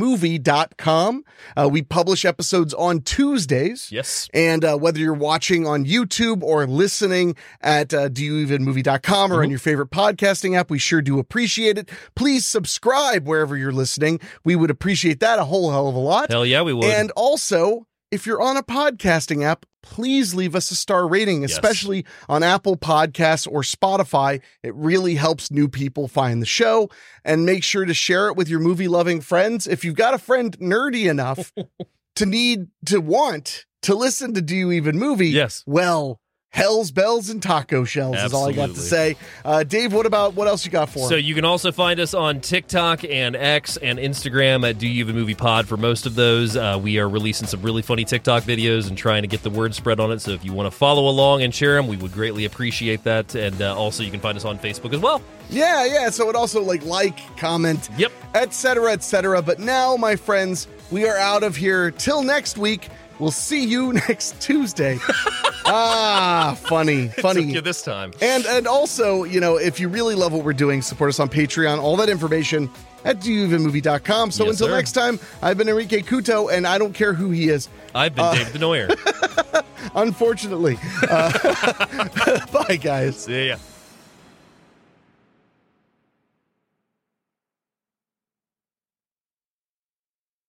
doyouevenmovie.com. Uh, we publish episodes on Tuesdays. Yes. And uh, whether you're watching on YouTube or listening at uh, doyouevenmovie.com or Mm-hmm. on your favorite podcasting app, we sure do appreciate it. Please subscribe wherever you're listening. We would appreciate that a whole hell of a lot. Hell yeah, we would. And also, if you're on a podcasting app, please leave us a star rating, especially on Apple Podcasts or Spotify. It really helps new people find the show. And make sure to share it with your movie loving friends. If you've got a friend nerdy enough to need to want to listen to Do You Even Movie? Yes. Well, Hell's Bells and Taco Shells is all I got to Absolutely. say. Uh, Dave, what about what else you got for So him? you can also find us on TikTok and X and Instagram at Do You Even Movie Pod for most of those. Uh, we are releasing some really funny TikTok videos and trying to get the word spread on it. So if you want to follow along and share them, we would greatly appreciate that. And uh, also, you can find us on Facebook as well. Yeah, yeah. So it also like like, comment, yep, et cetera, et cetera. But now, my friends, we are out of here. Till next week. We'll see you next Tuesday. ah, funny, funny. Took you this time. And and also, you know, if you really love what we're doing, support us on Patreon. All that information at doyouevenmovie.com. So Yes, until sir. next time, I've been Enrique Cuto, and I don't care who he is, I've been Uh, David Denoyer. unfortunately. Uh, bye, guys. See ya.